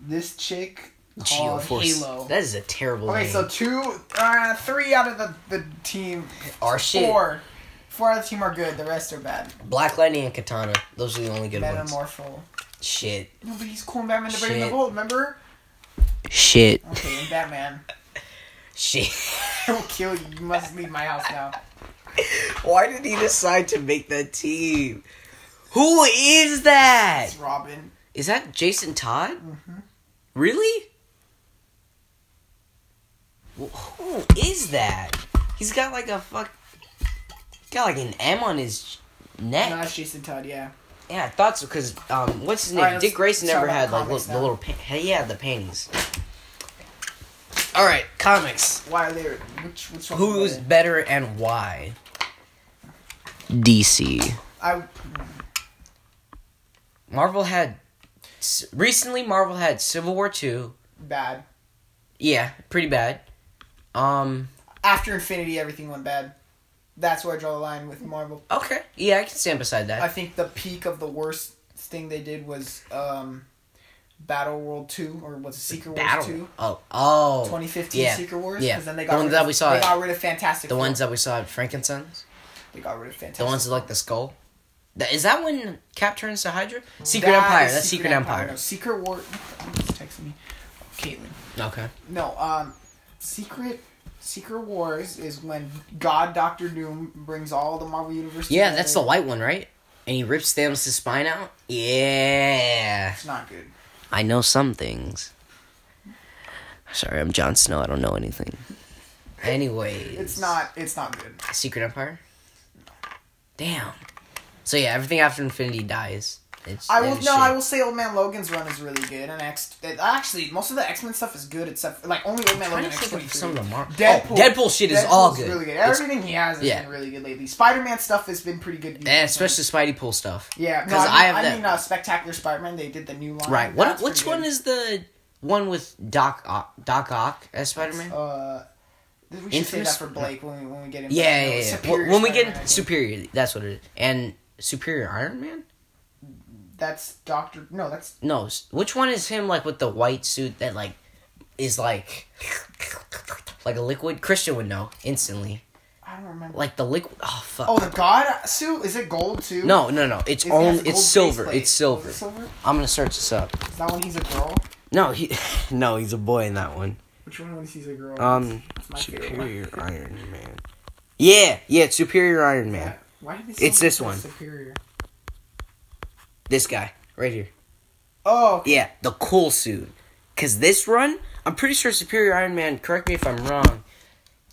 Speaker 1: this chick called
Speaker 2: Geoforce.
Speaker 1: Oh, Halo.
Speaker 2: That is a terrible
Speaker 1: Okay,
Speaker 2: name.
Speaker 1: so two, uh, three out of the the team.
Speaker 2: Our shit.
Speaker 1: Four, four out of the team are good. The rest are bad.
Speaker 2: Black Lightning and Katana. Those are the only good ones.
Speaker 1: Metamorpho.
Speaker 2: Shit.
Speaker 1: No, but he's cool in Batman the Brave and the
Speaker 2: Shit.
Speaker 1: Bold. Remember?
Speaker 2: Shit.
Speaker 1: Okay, in Batman.
Speaker 2: Shit.
Speaker 1: I will kill you. You must leave my house now.
Speaker 2: Why did he decide to make that team? Who is that?
Speaker 1: It's Robin.
Speaker 2: Is that Jason Todd?
Speaker 1: Mm-hmm.
Speaker 2: Really? Wh- Who is that? He's got like a fuck. Got like an M on his neck.
Speaker 1: No, that's Jason Todd. Yeah.
Speaker 2: Yeah, I thought so. Cause um, what's his name?
Speaker 1: Alright, let's
Speaker 2: Dick Grayson
Speaker 1: talk
Speaker 2: never
Speaker 1: about
Speaker 2: had like
Speaker 1: comics
Speaker 2: li-
Speaker 1: now.
Speaker 2: the little. Pa- hey, yeah, the panties. All right, comics.
Speaker 1: Why are they? Which which one?
Speaker 2: Who's better and why? DC.
Speaker 1: I
Speaker 2: Marvel had s- recently. Marvel had Civil War two.
Speaker 1: bad.
Speaker 2: Yeah, pretty bad. Um.
Speaker 1: After Infinity, everything went bad. That's where I draw the line with Marvel.
Speaker 2: Okay. Yeah, I can stand beside
Speaker 1: I
Speaker 2: that.
Speaker 1: think the peak of the worst thing they did was um, Battle World Two, or was it Secret Wars Two?
Speaker 2: Oh. Oh.
Speaker 1: 2015
Speaker 2: Yeah,
Speaker 1: Secret Wars.
Speaker 2: yeah.
Speaker 1: 'cause then they
Speaker 2: The
Speaker 1: got
Speaker 2: ones
Speaker 1: rid
Speaker 2: that
Speaker 1: of,
Speaker 2: we saw
Speaker 1: They
Speaker 2: it.
Speaker 1: got rid of Fantastic.
Speaker 2: The
Speaker 1: Four.
Speaker 2: ones that we saw at Frankenstein's.
Speaker 1: they got rid of Fantastic.
Speaker 2: The ones that like the skull. That is that when Cap turns to Hydra? Secret
Speaker 1: That
Speaker 2: Empire.
Speaker 1: is
Speaker 2: That's Secret, Empire.
Speaker 1: No, Secret War. Who's texting me? Caitlin.
Speaker 2: Okay.
Speaker 1: No. Um, Secret. Secret Wars is when God Doctor Doom brings all the Marvel Universe.
Speaker 2: Yeah,
Speaker 1: together.
Speaker 2: that's the white one, right? And he rips Thanos' spine out. Yeah.
Speaker 1: It's not good.
Speaker 2: I know some things. Sorry, I'm Jon Snow. I don't know anything. Anyways.
Speaker 1: It's not. It's not good.
Speaker 2: Secret Empire? Damn. So yeah, everything after Infinity dies. It's
Speaker 1: I will
Speaker 2: it's
Speaker 1: no.
Speaker 2: shit.
Speaker 1: I will say Old Man Logan's run is really good, and X. it- Actually, most of the X Men stuff is good, except for, like only Old Man
Speaker 2: I'm trying
Speaker 1: Logan.
Speaker 2: to think of some of the Mar- Oh,
Speaker 1: Deadpool.
Speaker 2: Deadpool shit is all
Speaker 1: Deadpool's
Speaker 2: good.
Speaker 1: Really good.
Speaker 2: It's-
Speaker 1: Everything he has has
Speaker 2: yeah.
Speaker 1: been really good lately. Spider Man stuff has been pretty good.
Speaker 2: and eh, especially Spidey Pool stuff.
Speaker 1: Yeah, no,
Speaker 2: 'Cause
Speaker 1: I
Speaker 2: I
Speaker 1: mean,
Speaker 2: have
Speaker 1: I
Speaker 2: that-
Speaker 1: mean uh, Spectacular Spider-Man. They did the new line.
Speaker 2: Right. What?
Speaker 1: That's
Speaker 2: Which
Speaker 1: pretty
Speaker 2: one
Speaker 1: good.
Speaker 2: is the one with Doc Ock, Doc Ock as Spider Man?
Speaker 1: Uh, we should say
Speaker 2: Infamous?
Speaker 1: that for Blake when we when we get him.
Speaker 2: yeah,
Speaker 1: No,
Speaker 2: yeah, yeah.
Speaker 1: Superior
Speaker 2: Wh- when we
Speaker 1: Spider-Man, I
Speaker 2: get
Speaker 1: think.
Speaker 2: Superior, that's what it is. And Superior Iron Man?
Speaker 1: that's Doctor. No, that's
Speaker 2: No, s- which one is him like with the white suit that like is like like a liquid? Christian would know instantly.
Speaker 1: I don't remember.
Speaker 2: Like the liquid. Oh fuck.
Speaker 1: oh, the God suit is it gold too?
Speaker 2: No, no, no. It's
Speaker 1: Is-
Speaker 2: only
Speaker 1: has a
Speaker 2: it's
Speaker 1: gold
Speaker 2: silver.
Speaker 1: faceplate.
Speaker 2: It's silver.
Speaker 1: Is it silver?
Speaker 2: I'm gonna search this up.
Speaker 1: Is that when he's a girl?
Speaker 2: No, he no, he's a boy in that one.
Speaker 1: Which one when he's a girl?
Speaker 2: Um,
Speaker 1: That's my favorite
Speaker 2: Superior Iron Man. Yeah, yeah, it's Superior Iron Man.
Speaker 1: Why did they
Speaker 2: It's
Speaker 1: say
Speaker 2: this
Speaker 1: that's
Speaker 2: one.
Speaker 1: Superior.
Speaker 2: This guy right here.
Speaker 1: Oh,
Speaker 2: Yeah, the cool suit. Cause this run, I'm pretty sure Superior Iron Man. Correct me if I'm wrong.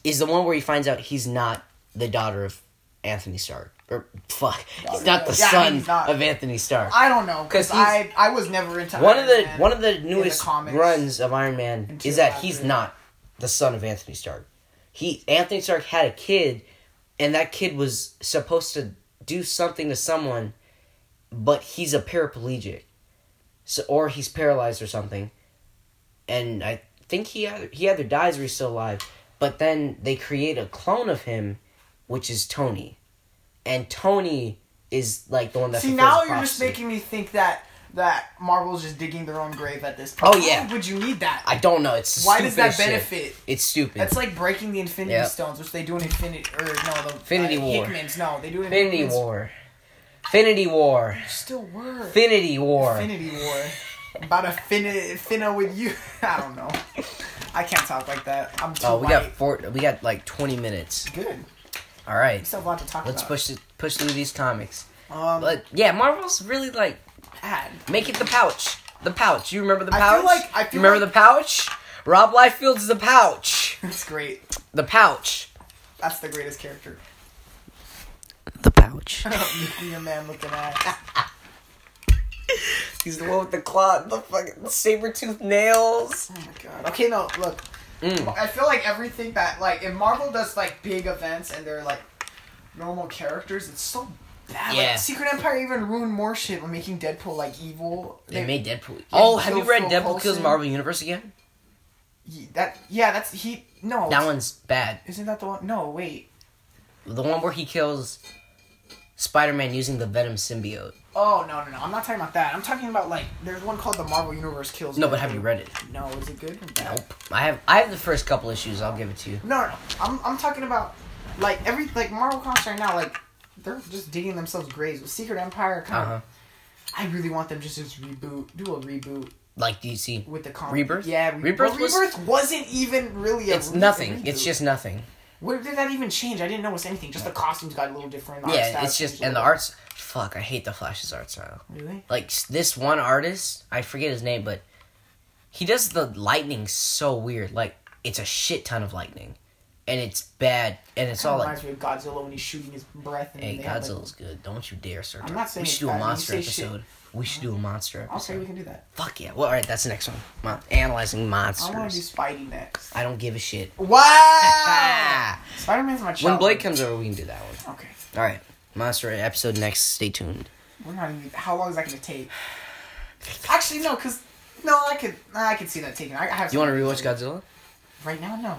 Speaker 2: is the one where he finds out he's not the daughter of Anthony Stark. Or fuck, he's not the
Speaker 1: Yeah,
Speaker 2: son
Speaker 1: he's not.
Speaker 2: of Anthony Stark.
Speaker 1: I don't know
Speaker 2: 'Cause
Speaker 1: because I I was never into
Speaker 2: one
Speaker 1: Iron
Speaker 2: of the
Speaker 1: Man
Speaker 2: one of the
Speaker 1: in
Speaker 2: newest
Speaker 1: comics.
Speaker 2: runs of Iron Man
Speaker 1: Into
Speaker 2: is that he's
Speaker 1: Iron Man.
Speaker 2: not the son of Anthony Stark. He Anthony Stark had a kid, and that kid was supposed to do something to someone, but he's a paraplegic, so or he's paralyzed or something, and I think he either he either dies or he's still alive. But then they create a clone of him, which is Tony, and Tony is like the one that
Speaker 1: See
Speaker 2: fulfills
Speaker 1: now
Speaker 2: the
Speaker 1: you're just
Speaker 2: prophecy.
Speaker 1: making me think that that Marvel's just digging their own grave at this
Speaker 2: Oh,
Speaker 1: point. Why
Speaker 2: yeah.
Speaker 1: would you need that?
Speaker 2: I don't know. It's
Speaker 1: Why does that
Speaker 2: stupid as shit.
Speaker 1: benefit?
Speaker 2: It's stupid.
Speaker 1: That's like breaking the Infinity
Speaker 2: Yep.
Speaker 1: Stones, which they do in Infinity or no, the
Speaker 2: Infinity
Speaker 1: uh,
Speaker 2: War.
Speaker 1: Hickman's no, they do it in
Speaker 2: Infinity
Speaker 1: Hickman's-
Speaker 2: War. Infinity War.
Speaker 1: Still work.
Speaker 2: Infinity War.
Speaker 1: Infinity War. About a finna finna with you. I don't know. I can't talk like that. I'm too
Speaker 2: Oh, we got
Speaker 1: white.
Speaker 2: four. We got like twenty minutes.
Speaker 1: Good.
Speaker 2: All right,
Speaker 1: Still a lot to talk
Speaker 2: let's
Speaker 1: about.
Speaker 2: push it, push through these comics.
Speaker 1: Um,
Speaker 2: But yeah, Marvel's really like
Speaker 1: bad.
Speaker 2: make it the pouch. The pouch. You remember the
Speaker 1: I
Speaker 2: pouch?
Speaker 1: feel like- I
Speaker 2: you
Speaker 1: feel
Speaker 2: remember
Speaker 1: like-
Speaker 2: the pouch? Rob Liefeld's the pouch.
Speaker 1: That's great.
Speaker 2: The pouch.
Speaker 1: That's the greatest character.
Speaker 2: The pouch.
Speaker 1: Nuclear man looking
Speaker 2: Oh
Speaker 1: at.
Speaker 2: He's the one with the claw, the fucking saber tooth nails.
Speaker 1: Oh my god. Okay, no, look.
Speaker 2: Mm.
Speaker 1: I feel like everything that like if Marvel does like big events and they're like normal characters, it's so bad.
Speaker 2: Yeah.
Speaker 1: Like, Secret Empire even ruined more shit by making Deadpool like evil.
Speaker 2: They made Deadpool. Oh, have you
Speaker 1: Phil
Speaker 2: read
Speaker 1: Phil
Speaker 2: Deadpool Kills
Speaker 1: Coulson.
Speaker 2: Marvel Universe again?
Speaker 1: Ye- that yeah, that's he. No,
Speaker 2: That one's bad.
Speaker 1: isn't that the one? No, wait.
Speaker 2: The one where he kills Spider Man using the Venom symbiote.
Speaker 1: Oh no no no! I'm not talking about that. I'm talking about like there's one called the Marvel Universe Kills.
Speaker 2: No, but have you read it?
Speaker 1: No, is it good? Or bad?
Speaker 2: Nope. I have I have the first couple issues, I'll give it to you.
Speaker 1: No, no, no. I'm, I'm talking about like every like Marvel comics right now. Like they're just digging themselves graves with Secret Empire. Kind
Speaker 2: Uh-huh.
Speaker 1: of, I really want them just to just reboot, do a reboot
Speaker 2: Like DC.
Speaker 1: with the comic.
Speaker 2: Rebirth?
Speaker 1: Yeah,
Speaker 2: Rebirth
Speaker 1: Rebirth.
Speaker 2: was-
Speaker 1: Rebirth wasn't even really a.
Speaker 2: It's
Speaker 1: re-
Speaker 2: nothing.
Speaker 1: a
Speaker 2: It's
Speaker 1: reboot.
Speaker 2: just nothing.
Speaker 1: What did that even change? I didn't notice anything. Just the costumes got a little different. the art
Speaker 2: yeah,
Speaker 1: style
Speaker 2: it's just
Speaker 1: changed a
Speaker 2: and the
Speaker 1: little.
Speaker 2: arts fuck, I hate the Flash's art style.
Speaker 1: Really?
Speaker 2: Like s- this one artist, I forget his name, but he does the lightning so weird. Like it's a shit ton of lightning. And it's bad and it's
Speaker 1: Kinda
Speaker 2: all like
Speaker 1: reminds me of Godzilla when he's shooting his breath. And
Speaker 2: Hey,
Speaker 1: they have, like-
Speaker 2: Godzilla's good. Don't you dare, sir.
Speaker 1: I'm not saying
Speaker 2: we should
Speaker 1: it's
Speaker 2: do a
Speaker 1: bad. You
Speaker 2: monster
Speaker 1: say shit.
Speaker 2: episode. We should do a monster episode.
Speaker 1: okay, we can do that.
Speaker 2: Fuck yeah. Well, all right, that's the next one. Mon- analyzing
Speaker 1: I want to do
Speaker 2: monsters.
Speaker 1: Spidey next.
Speaker 2: I don't give a shit.
Speaker 1: Oh. Wow!
Speaker 2: Ah!
Speaker 1: Spider Man's my child.
Speaker 2: When Blake comes over, we can do that one.
Speaker 1: Okay.
Speaker 2: All right, monster episode next. Stay tuned.
Speaker 1: We're not even. How long is that gonna take? Actually, no, cause no, I could, nah, I could see that taking. I I have.
Speaker 2: You want to rewatch Godzilla?
Speaker 1: Right now, no.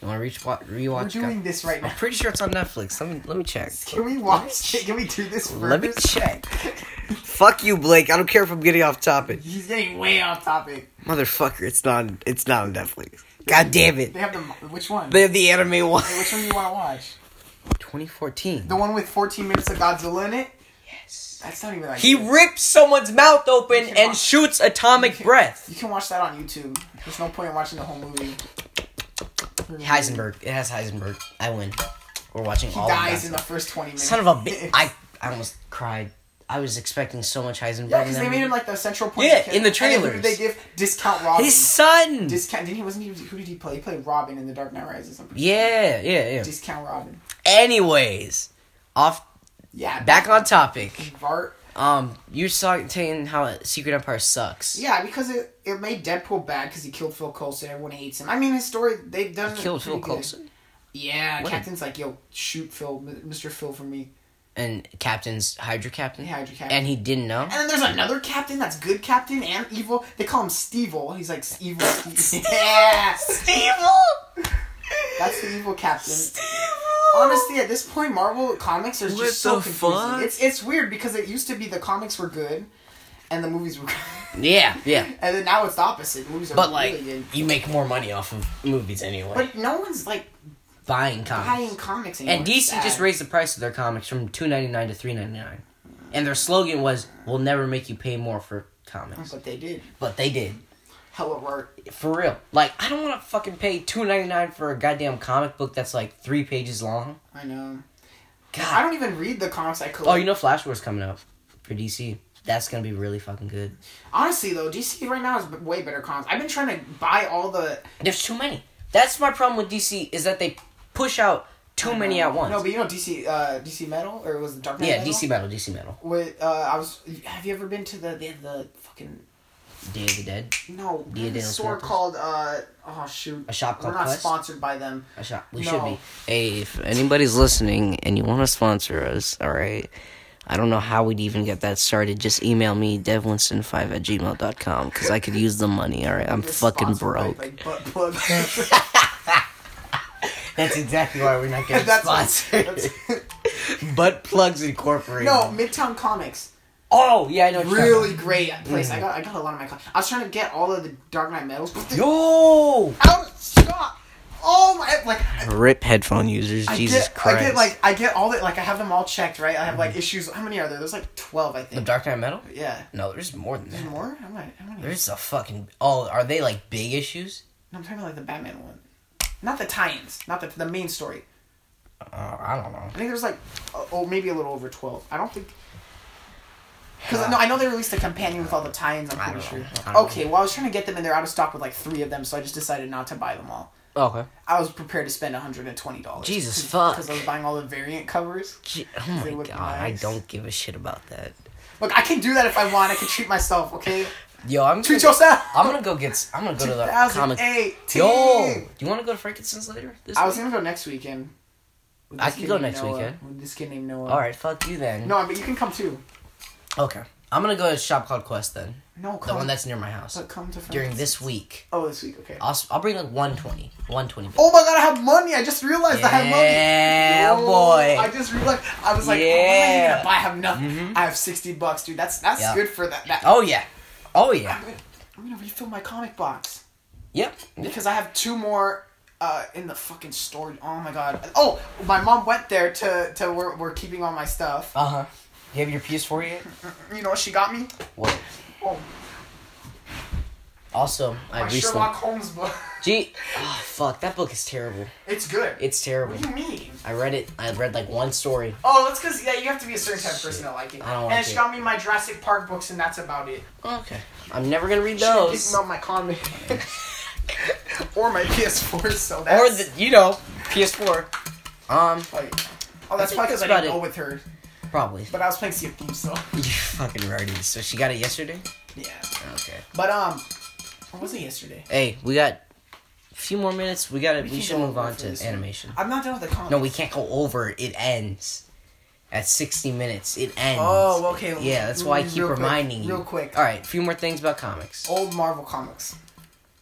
Speaker 2: You want to reach wa-
Speaker 1: We're
Speaker 2: rewatch?
Speaker 1: doing
Speaker 2: Godzilla?
Speaker 1: this right now.
Speaker 2: I'm pretty sure it's on Netflix. Let me let me check.
Speaker 1: Can we watch? it? Can we do this first?
Speaker 2: Let me check. Fuck you, Blake. I don't care if I'm getting off topic,
Speaker 1: He's getting way off topic.
Speaker 2: motherfucker. It's not. on- It's not on Netflix. God damn it.
Speaker 1: They have the which one?
Speaker 2: They have the anime one.
Speaker 1: Hey, which one do you want to watch?
Speaker 2: 2014.
Speaker 1: The one with 14 minutes of Godzilla in it?
Speaker 2: Yes.
Speaker 1: That's not even like
Speaker 2: He rips someone's mouth open
Speaker 1: You can
Speaker 2: and
Speaker 1: watch-
Speaker 2: shoots atomic breath.
Speaker 1: You can watch that on YouTube. There's no point in watching the whole movie.
Speaker 2: Heisenberg. It has Heisenberg. I win. We're watching
Speaker 1: He
Speaker 2: all
Speaker 1: dies in
Speaker 2: of
Speaker 1: the
Speaker 2: that.
Speaker 1: first 20 minutes.
Speaker 2: Son of a bitch. I, I almost cried. I was expecting so much Heisenberg.
Speaker 1: Yeah,
Speaker 2: in
Speaker 1: because
Speaker 2: that
Speaker 1: they made him
Speaker 2: movie.
Speaker 1: like the central point.
Speaker 2: Yeah,
Speaker 1: of the
Speaker 2: in the
Speaker 1: character. And then who did
Speaker 2: trailers.
Speaker 1: They give discount Robin.
Speaker 2: His son!
Speaker 1: Discount. Didn't he? Wasn't he? Who did he play? He played Robin in The Dark Knight Rises. I'm pretty
Speaker 2: yeah, yeah, yeah.
Speaker 1: sure. Discount Robin.
Speaker 2: Anyways, off
Speaker 1: Yeah.
Speaker 2: back on topic.
Speaker 1: Bart.
Speaker 2: Um, you saw saying how Secret Empire sucks.
Speaker 1: Yeah, because it, it made Deadpool bad because he killed Phil Coulson. Everyone hates him. I mean, his story they've done. it
Speaker 2: Killed Phil
Speaker 1: pretty good.
Speaker 2: Coulson,
Speaker 1: Yeah,
Speaker 2: What?
Speaker 1: Captain's like, yo, shoot Phil, Mr. Phil for me.
Speaker 2: and Captain's Hydra Captain,
Speaker 1: Hydra Captain.
Speaker 2: and he didn't know.
Speaker 1: And then there's another captain that's good captain and evil. They call him Stevel. He's like evil. Steve. yeah,
Speaker 2: Stevel.
Speaker 1: that's the evil captain. Honestly, at this point, Marvel comics are just
Speaker 2: What
Speaker 1: so
Speaker 2: the
Speaker 1: confusing.
Speaker 2: fuck?
Speaker 1: It's it's weird because it used to be the comics were good, and the movies were, good.
Speaker 2: Yeah, yeah.
Speaker 1: and then now it's the opposite. The movies are
Speaker 2: But
Speaker 1: really
Speaker 2: like,
Speaker 1: good.
Speaker 2: you make more money off of movies anyway.
Speaker 1: But no one's like
Speaker 2: buying comics.
Speaker 1: buying comics anymore.
Speaker 2: And
Speaker 1: It's
Speaker 2: DC just
Speaker 1: sad.
Speaker 2: raised the price of their comics from two ninety nine to three ninety nine, and their slogan was "We'll never make you pay more for
Speaker 1: That's
Speaker 2: comics."
Speaker 1: what they did.
Speaker 2: But they did
Speaker 1: Hella work.
Speaker 2: for real. Like I don't want to fucking pay two ninety nine for a goddamn comic book that's like three pages long.
Speaker 1: I know. I
Speaker 2: God.
Speaker 1: don't even read the comics I collect.
Speaker 2: Oh, you know Flash Wars coming up for DC. That's gonna be really fucking good.
Speaker 1: Honestly though, DC right now is b- way better comics. I've been trying to buy all the
Speaker 2: There's too many. That's my problem with DC is that they push out too many at once.
Speaker 1: No, but you know DC uh, DC Metal or was it Dark Knight?
Speaker 2: yeah,
Speaker 1: Metal?
Speaker 2: DC Metal, DC Metal.
Speaker 1: With uh, I was. Have you ever been to the they have the fucking
Speaker 2: Day of the Dead.
Speaker 1: no
Speaker 2: Dia
Speaker 1: the
Speaker 2: de los
Speaker 1: store
Speaker 2: Muertos.
Speaker 1: called uh oh shoot
Speaker 2: A Shop
Speaker 1: We're
Speaker 2: Called
Speaker 1: not
Speaker 2: Quest?
Speaker 1: sponsored by them.
Speaker 2: A shop. We
Speaker 1: No.
Speaker 2: should be. Hey, if anybody's listening and you want to sponsor us, all right. I don't know how we'd even get that started. Just email me, devwinston5 at gmail.com, because I could use the money, all right? I'm
Speaker 1: They're
Speaker 2: fucking
Speaker 1: sponsored by, like,
Speaker 2: broke.
Speaker 1: butt plug.
Speaker 2: That's exactly why we're not getting
Speaker 1: That's- that's-
Speaker 2: Butt Plugs Incorporated.
Speaker 1: no, Midtown Comics.
Speaker 2: Oh, yeah, I know. what you're
Speaker 1: Really
Speaker 2: talking
Speaker 1: great place.
Speaker 2: Mm.
Speaker 1: I got I got a lot of my. co- I was trying to get all of the Dark Knight medals, but
Speaker 2: about.
Speaker 1: they're out of stock. Oh my! Like
Speaker 2: Yo! Rip headphone users,
Speaker 1: I
Speaker 2: Jesus
Speaker 1: get,
Speaker 2: Christ. Mm-hmm.
Speaker 1: I get like I get all the like I have them all checked, right? I have like issues. How many are there? There's like twelve, I
Speaker 2: The
Speaker 1: think.
Speaker 2: Dark Knight Metal?
Speaker 1: yeah.
Speaker 2: No, there's more than
Speaker 1: There's
Speaker 2: that.
Speaker 1: more? How many? How many? No,
Speaker 2: There's a fucking. Oh, are they like big issues?
Speaker 1: I'm talking about like the Batman one, not the tie-ins, not the the main story.
Speaker 2: Uh, I don't know.
Speaker 1: I think there's like uh, oh maybe a little over twelve. I don't think. Because no, I know they released a companion with all the tie-ins. I'm
Speaker 2: I
Speaker 1: pretty
Speaker 2: don't know.
Speaker 1: sure.
Speaker 2: I don't
Speaker 1: Okay, well I was trying to get them and they're out of stock with like three of them, so I just decided not to buy them all.
Speaker 2: Okay.
Speaker 1: I was prepared to spend 120 dollars.
Speaker 2: Jesus fuck.
Speaker 1: Because I was buying all the variant covers.
Speaker 2: Gee, oh my
Speaker 1: They
Speaker 2: god,
Speaker 1: look
Speaker 2: I
Speaker 1: nice.
Speaker 2: don't give a shit about that.
Speaker 1: Look, I can do that if I want. I can treat myself. Okay,
Speaker 2: Yo, I'm
Speaker 1: treat
Speaker 2: gonna,
Speaker 1: yourself.
Speaker 2: I'm gonna go get. s- I'm gonna go to the comic.
Speaker 1: 2018.
Speaker 2: Yo, do you want to go to Frankenstein's later? This
Speaker 1: I was
Speaker 2: week?
Speaker 1: gonna go next weekend. with
Speaker 2: I
Speaker 1: this
Speaker 2: could
Speaker 1: kid
Speaker 2: go
Speaker 1: named
Speaker 2: next
Speaker 1: Noah-
Speaker 2: weekend.
Speaker 1: With this kid named Noah.
Speaker 2: All right, fuck you then.
Speaker 1: No, but you can come too.
Speaker 2: Okay, I'm gonna go to Shop Called Quest then,
Speaker 1: No,
Speaker 2: the
Speaker 1: come.
Speaker 2: one that's near my house.
Speaker 1: But come to France.
Speaker 2: During this week,
Speaker 1: Oh, this week. Okay.
Speaker 2: I'll s- I'll bring like 120, 120.
Speaker 1: Oh my god, I have money! I just realized I have money.
Speaker 2: Yeah, oh
Speaker 1: Yo,
Speaker 2: boy.
Speaker 1: I just realized. I was like, oh, what am I even
Speaker 2: Yeah. Mm-hmm.
Speaker 1: gonna buy? I have nothing. I have sixty bucks, dude. That's that's
Speaker 2: Yeah.
Speaker 1: good for that. that.
Speaker 2: Oh yeah, oh yeah.
Speaker 1: I'm, gonna, I'm gonna refill my comic box
Speaker 2: Yep.
Speaker 1: because I have two more. Uh, in the fucking store. Oh my god. Oh, my mom went there to to where we're keeping all my stuff.
Speaker 2: Uh huh. You have your PS4 yet?
Speaker 1: You know what she got me?
Speaker 2: What?
Speaker 1: Oh,
Speaker 2: Also, I
Speaker 1: my
Speaker 2: recently.
Speaker 1: Sherlock Holmes book.
Speaker 2: Gee, oh, fuck, that book is terrible.
Speaker 1: It's good.
Speaker 2: It's terrible.
Speaker 1: what do you mean?
Speaker 2: I read it. I read like one story.
Speaker 1: Oh, that's because yeah, you have to be a certain type of person to like it.
Speaker 2: I don't
Speaker 1: and
Speaker 2: like
Speaker 1: she
Speaker 2: it.
Speaker 1: got me my Jurassic Park books, and that's about it.
Speaker 2: Okay. I'm never gonna read
Speaker 1: She didn't
Speaker 2: those.
Speaker 1: pick me up my comic. or my PS4, so
Speaker 2: Or
Speaker 1: that's
Speaker 2: the you know PS4. Um,
Speaker 1: like. Oh, that's probably because
Speaker 2: think that's
Speaker 1: I
Speaker 2: about
Speaker 1: didn't go
Speaker 2: it.
Speaker 1: with her,
Speaker 2: probably.
Speaker 1: but I was playing Sea of Thieves, so
Speaker 2: You fucking rarity. So she got it yesterday.
Speaker 1: yeah.
Speaker 2: Okay.
Speaker 1: But um, what was it yesterday?
Speaker 2: Hey, we got a few more minutes. We gotta. We,
Speaker 1: can
Speaker 2: should
Speaker 1: go
Speaker 2: move on
Speaker 1: over
Speaker 2: to
Speaker 1: this one.
Speaker 2: animation.
Speaker 1: I'm not done with the comic.
Speaker 2: No, we can't go over. It ends at 60 minutes. It ends.
Speaker 1: Oh, okay.
Speaker 2: Yeah, that's why I
Speaker 1: Mm,
Speaker 2: keep
Speaker 1: real quick,
Speaker 2: reminding you.
Speaker 1: real quick.
Speaker 2: All right, a few more things about comics.
Speaker 1: Old Marvel comics.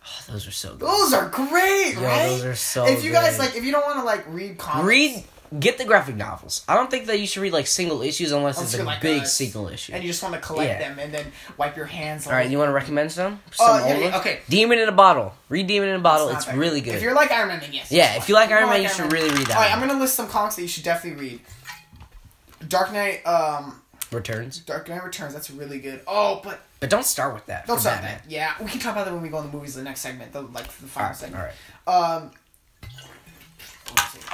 Speaker 2: Oh, those are so good.
Speaker 1: Those are great,
Speaker 2: Yo,
Speaker 1: right?
Speaker 2: those are so
Speaker 1: If you guys
Speaker 2: good.
Speaker 1: like, if you don't want to like read comics,
Speaker 2: Read. Get the graphic novels. I don't think that you should read like single issues unless
Speaker 1: Unless
Speaker 2: it's a
Speaker 1: you're like
Speaker 2: big
Speaker 1: us,
Speaker 2: single issue.
Speaker 1: and you just want to collect
Speaker 2: Yeah.
Speaker 1: them and then wipe your hands.
Speaker 2: All right, you want to recommend some?
Speaker 1: Oh,
Speaker 2: Some
Speaker 1: yeah,
Speaker 2: old
Speaker 1: yeah,
Speaker 2: ones?
Speaker 1: okay.
Speaker 2: Demon in a Bottle. Read Demon in a Bottle.
Speaker 1: not
Speaker 2: Oh, It's,
Speaker 1: that
Speaker 2: really good.
Speaker 1: If you're like Iron Man, then yes.
Speaker 2: Yeah, if you like Iron
Speaker 1: don't
Speaker 2: Man, you should really read that
Speaker 1: All right,
Speaker 2: one.
Speaker 1: I'm gonna list some comics that you should definitely read. Dark Knight, um,
Speaker 2: Returns.
Speaker 1: Dark Knight Returns. That's really good. Oh, but
Speaker 2: But don't start with that.
Speaker 1: don't
Speaker 2: for
Speaker 1: stop
Speaker 2: Batman.
Speaker 1: that. Yeah, we can talk about that when we go in the movies. The next segment, the like the final segment.
Speaker 2: All right.
Speaker 1: Um.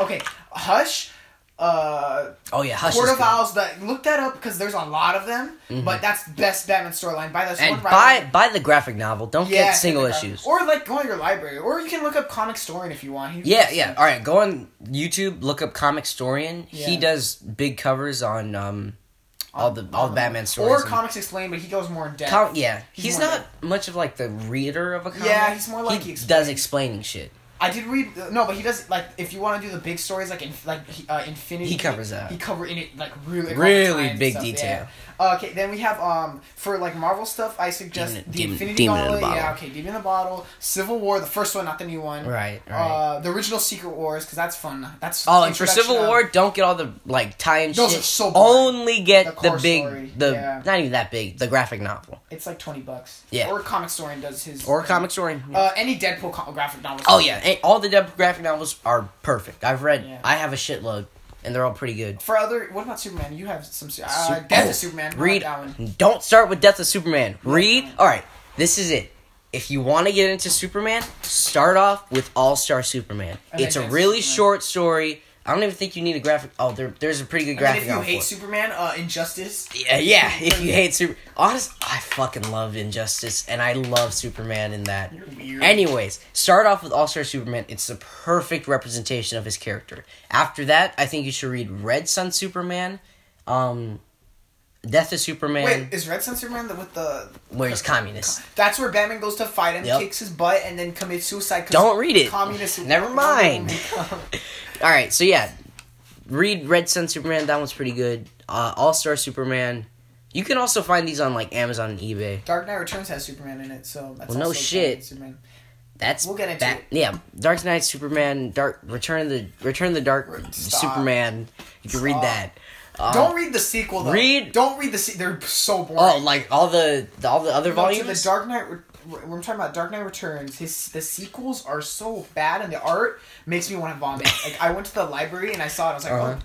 Speaker 1: Okay, Hush. Uh,
Speaker 2: Oh yeah, Hush
Speaker 1: Court
Speaker 2: is
Speaker 1: of
Speaker 2: good. Mm-hmm.
Speaker 1: Owls. That look that up because there's a lot of them. But that's the best Batman storyline. Buy that
Speaker 2: And
Speaker 1: one.
Speaker 2: buy buy the graphic novel. Don't get single
Speaker 1: get the-
Speaker 2: issues.
Speaker 1: Or like go on your library, or you can look up Comic Story if you want. He-
Speaker 2: yeah, yeah. All right, go on YouTube. Look up Comic Storian. He
Speaker 1: Yeah.
Speaker 2: does big covers on um all the all the Batman stories.
Speaker 1: Or
Speaker 2: and-
Speaker 1: comics explained, but he goes more in depth.
Speaker 2: Com- yeah,
Speaker 1: He's
Speaker 2: he's
Speaker 1: more
Speaker 2: not much of like the reader of a comic.
Speaker 1: Yeah, he's more like he
Speaker 2: he
Speaker 1: explains.
Speaker 2: does explaining shit.
Speaker 1: I did read no, but he does like if you want to do the big stories like in, like he- uh, Infinity.
Speaker 2: He covers that.
Speaker 1: He cover in it like really
Speaker 2: Really
Speaker 1: all the time and
Speaker 2: big
Speaker 1: stuff,
Speaker 2: detail.
Speaker 1: yeah. Uh, okay, then we have um for like Marvel stuff. I suggest
Speaker 2: Demon-
Speaker 1: the
Speaker 2: Demon-
Speaker 1: Infinity
Speaker 2: Demon in a
Speaker 1: Gauntlet. yeah,
Speaker 2: Bottle.
Speaker 1: okay, Demon in the Bottle, Civil War, the first one, not the new one.
Speaker 2: Right, right.
Speaker 1: Uh, the original Secret Wars because that's fun. That's
Speaker 2: Oh,
Speaker 1: the
Speaker 2: and for
Speaker 1: introduction
Speaker 2: Civil
Speaker 1: of-
Speaker 2: War, don't get all the like tie-in
Speaker 1: Those
Speaker 2: shit.
Speaker 1: are so boring.
Speaker 2: Only get
Speaker 1: The
Speaker 2: the,
Speaker 1: core
Speaker 2: big,
Speaker 1: story,
Speaker 2: the
Speaker 1: yeah.
Speaker 2: not even that big, the graphic novel
Speaker 1: It's like twenty bucks.
Speaker 2: Yeah.
Speaker 1: Or Comic Story does his
Speaker 2: or comic story.
Speaker 1: Uh, any Deadpool co- graphic novel.
Speaker 2: oh yeah, and all the Deadpool graphic novels are perfect. I've read,
Speaker 1: Yeah.
Speaker 2: I have a shitload, and they're all pretty good.
Speaker 1: For other, what about Superman? You have some. Su- uh,
Speaker 2: Sup-
Speaker 1: Death
Speaker 2: Oh,
Speaker 1: of Superman. I like
Speaker 2: Read.
Speaker 1: that one.
Speaker 2: Don't start with Death of Superman. Read.
Speaker 1: no.
Speaker 2: All right, this is it. If you want to get into Superman, start off with All Star Superman.
Speaker 1: And
Speaker 2: It's
Speaker 1: then
Speaker 2: a
Speaker 1: Death
Speaker 2: really
Speaker 1: Superman.
Speaker 2: short story I don't even think you need a graphic. Oh, there, there's a pretty good
Speaker 1: I mean,
Speaker 2: graphic
Speaker 1: if you
Speaker 2: on
Speaker 1: hate
Speaker 2: for it.
Speaker 1: Superman, uh, Injustice.
Speaker 2: Yeah, yeah. If you hate Super, honest, I fucking love Injustice, and I love Superman in that.
Speaker 1: You're weird.
Speaker 2: Anyways, start off with All Star Superman. It's the perfect representation of his character. After that, I think you should read Red Sun Superman, um, Death of Superman,
Speaker 1: Wait, is Red Sun Superman the, with the?
Speaker 2: where he's communist.
Speaker 1: That's where Batman goes to fight him,
Speaker 2: Yep.
Speaker 1: kicks his butt, and then commits suicide. 'cause
Speaker 2: Don't read it.
Speaker 1: Communist. Oh
Speaker 2: Never mind. All right, so yeah, read Red Sun Superman. That one's pretty good. Uh, All Star Superman. You can also find these on like Amazon and eBay.
Speaker 1: Dark Knight Returns has Superman in it, so that's
Speaker 2: Well, no
Speaker 1: also
Speaker 2: shit.
Speaker 1: Superman.
Speaker 2: That's
Speaker 1: We'll get into
Speaker 2: that-
Speaker 1: it.
Speaker 2: Yeah, Dark Knight, Superman, Dark Return of the Return of the Dark
Speaker 1: Re- stop.
Speaker 2: Superman. You can read
Speaker 1: Stop.
Speaker 2: that. Uh,
Speaker 1: Don't read the sequel. though.
Speaker 2: read-
Speaker 1: Don't read the. Se- they're so boring.
Speaker 2: oh, like all the, the- all the other
Speaker 1: No, to
Speaker 2: volumes.
Speaker 1: the Dark Knight. Re- re- We're talking about Dark Knight Returns. His the sequels are so bad, and the art makes me want to vomit. like I went to the library and I saw it. I was like,
Speaker 2: Uh-huh.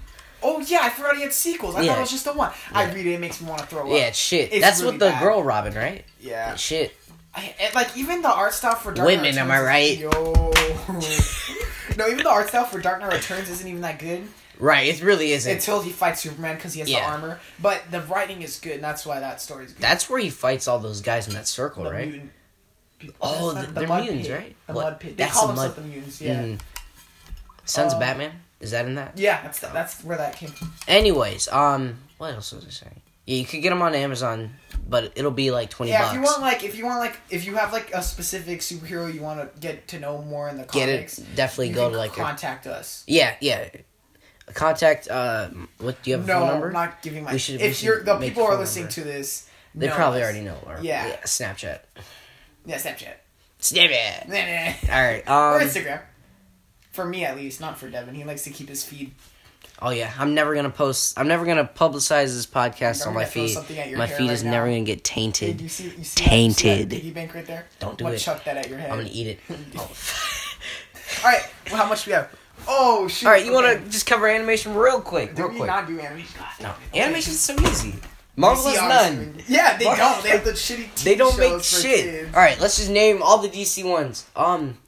Speaker 1: oh, oh yeah, I forgot he had sequels. I thought
Speaker 2: Yeah.
Speaker 1: it was just the one. I read it. It makes me want to throw up.
Speaker 2: yeah, shit.
Speaker 1: It's
Speaker 2: That's
Speaker 1: really
Speaker 2: what the
Speaker 1: bad.
Speaker 2: girl Robin, right?
Speaker 1: Yeah.
Speaker 2: Shit.
Speaker 1: I, and, like even the art style for Dark
Speaker 2: Women,
Speaker 1: Knight
Speaker 2: am
Speaker 1: Returns
Speaker 2: I
Speaker 1: is- Yo. no, even the art style for Dark Knight Returns isn't even that good
Speaker 2: Right. It really isn't.
Speaker 1: until he fights Superman because he has the
Speaker 2: Yeah.
Speaker 1: armor. But the writing is good, and that's why that story's good.
Speaker 2: That's where he fights all those guys in that circle,
Speaker 1: The
Speaker 2: right?
Speaker 1: mutant people-
Speaker 2: Oh,
Speaker 1: that's
Speaker 2: the-
Speaker 1: not-
Speaker 2: they're
Speaker 1: mud
Speaker 2: mutants,
Speaker 1: pit.
Speaker 2: right?
Speaker 1: The
Speaker 2: What?
Speaker 1: mud pit. They
Speaker 2: That's
Speaker 1: call
Speaker 2: the
Speaker 1: themselves
Speaker 2: mud-
Speaker 1: the mutants. Yeah,
Speaker 2: Mhm. Sons
Speaker 1: Uh,
Speaker 2: of Batman. Is that in that?
Speaker 1: yeah. That's the, that's where that came from.
Speaker 2: Anyways, um, what else was I saying? Yeah, you could get them on Amazon, but it'll be like twenty
Speaker 1: Yeah,
Speaker 2: bucks.
Speaker 1: if you want like if you want like if you have like a specific superhero you want to get to know more in the
Speaker 2: get
Speaker 1: comics,
Speaker 2: it. Definitely
Speaker 1: you
Speaker 2: go
Speaker 1: can
Speaker 2: to like. a-
Speaker 1: contact us.
Speaker 2: yeah, yeah. Contact. Uh, what do you have a
Speaker 1: No,
Speaker 2: phone
Speaker 1: I'm
Speaker 2: number?
Speaker 1: not giving my.
Speaker 2: We should- we
Speaker 1: if
Speaker 2: should
Speaker 1: you're the
Speaker 2: make
Speaker 1: people who are
Speaker 2: phone
Speaker 1: listening
Speaker 2: number.
Speaker 1: to this,
Speaker 2: they
Speaker 1: know
Speaker 2: probably
Speaker 1: us.
Speaker 2: already know. Or,
Speaker 1: Yeah.
Speaker 2: Snapchat.
Speaker 1: Yeah, Snapchat.
Speaker 2: Snapchat.
Speaker 1: Nah, nah, nah.
Speaker 2: All right.
Speaker 1: or
Speaker 2: Um.
Speaker 1: Instagram. For me, at least, not for Devin. He likes to keep his feed.
Speaker 2: Oh yeah, I'm never gonna post. I'm never gonna publicize this podcast
Speaker 1: I'm
Speaker 2: on my
Speaker 1: gonna throw
Speaker 2: feed.
Speaker 1: something at your
Speaker 2: My
Speaker 1: hair
Speaker 2: feed
Speaker 1: right
Speaker 2: is
Speaker 1: now.
Speaker 2: never gonna get
Speaker 1: Hey,
Speaker 2: tainted.
Speaker 1: you see, you see that- you see that
Speaker 2: Tainted.
Speaker 1: piggy bank right there.
Speaker 2: Don't do
Speaker 1: I'm gonna
Speaker 2: it.
Speaker 1: Chuck that at your head.
Speaker 2: I'm gonna eat it. Oh,
Speaker 1: All right. Well, how much do we have? Oh shoot.
Speaker 2: All right, you
Speaker 1: okay.
Speaker 2: wanna just cover animation real quick?
Speaker 1: Do
Speaker 2: Real
Speaker 1: we
Speaker 2: quick.
Speaker 1: not do animation? God,
Speaker 2: No,
Speaker 1: okay.
Speaker 2: animation's so easy.
Speaker 1: You
Speaker 2: Marvel
Speaker 1: see
Speaker 2: has
Speaker 1: our
Speaker 2: none.
Speaker 1: screen. Yeah, they
Speaker 2: Marvel-
Speaker 1: don't. They have the shitty. TV
Speaker 2: They don't make
Speaker 1: shows for
Speaker 2: shit.
Speaker 1: kids.
Speaker 2: All right, let's just name all the DC ones. Um,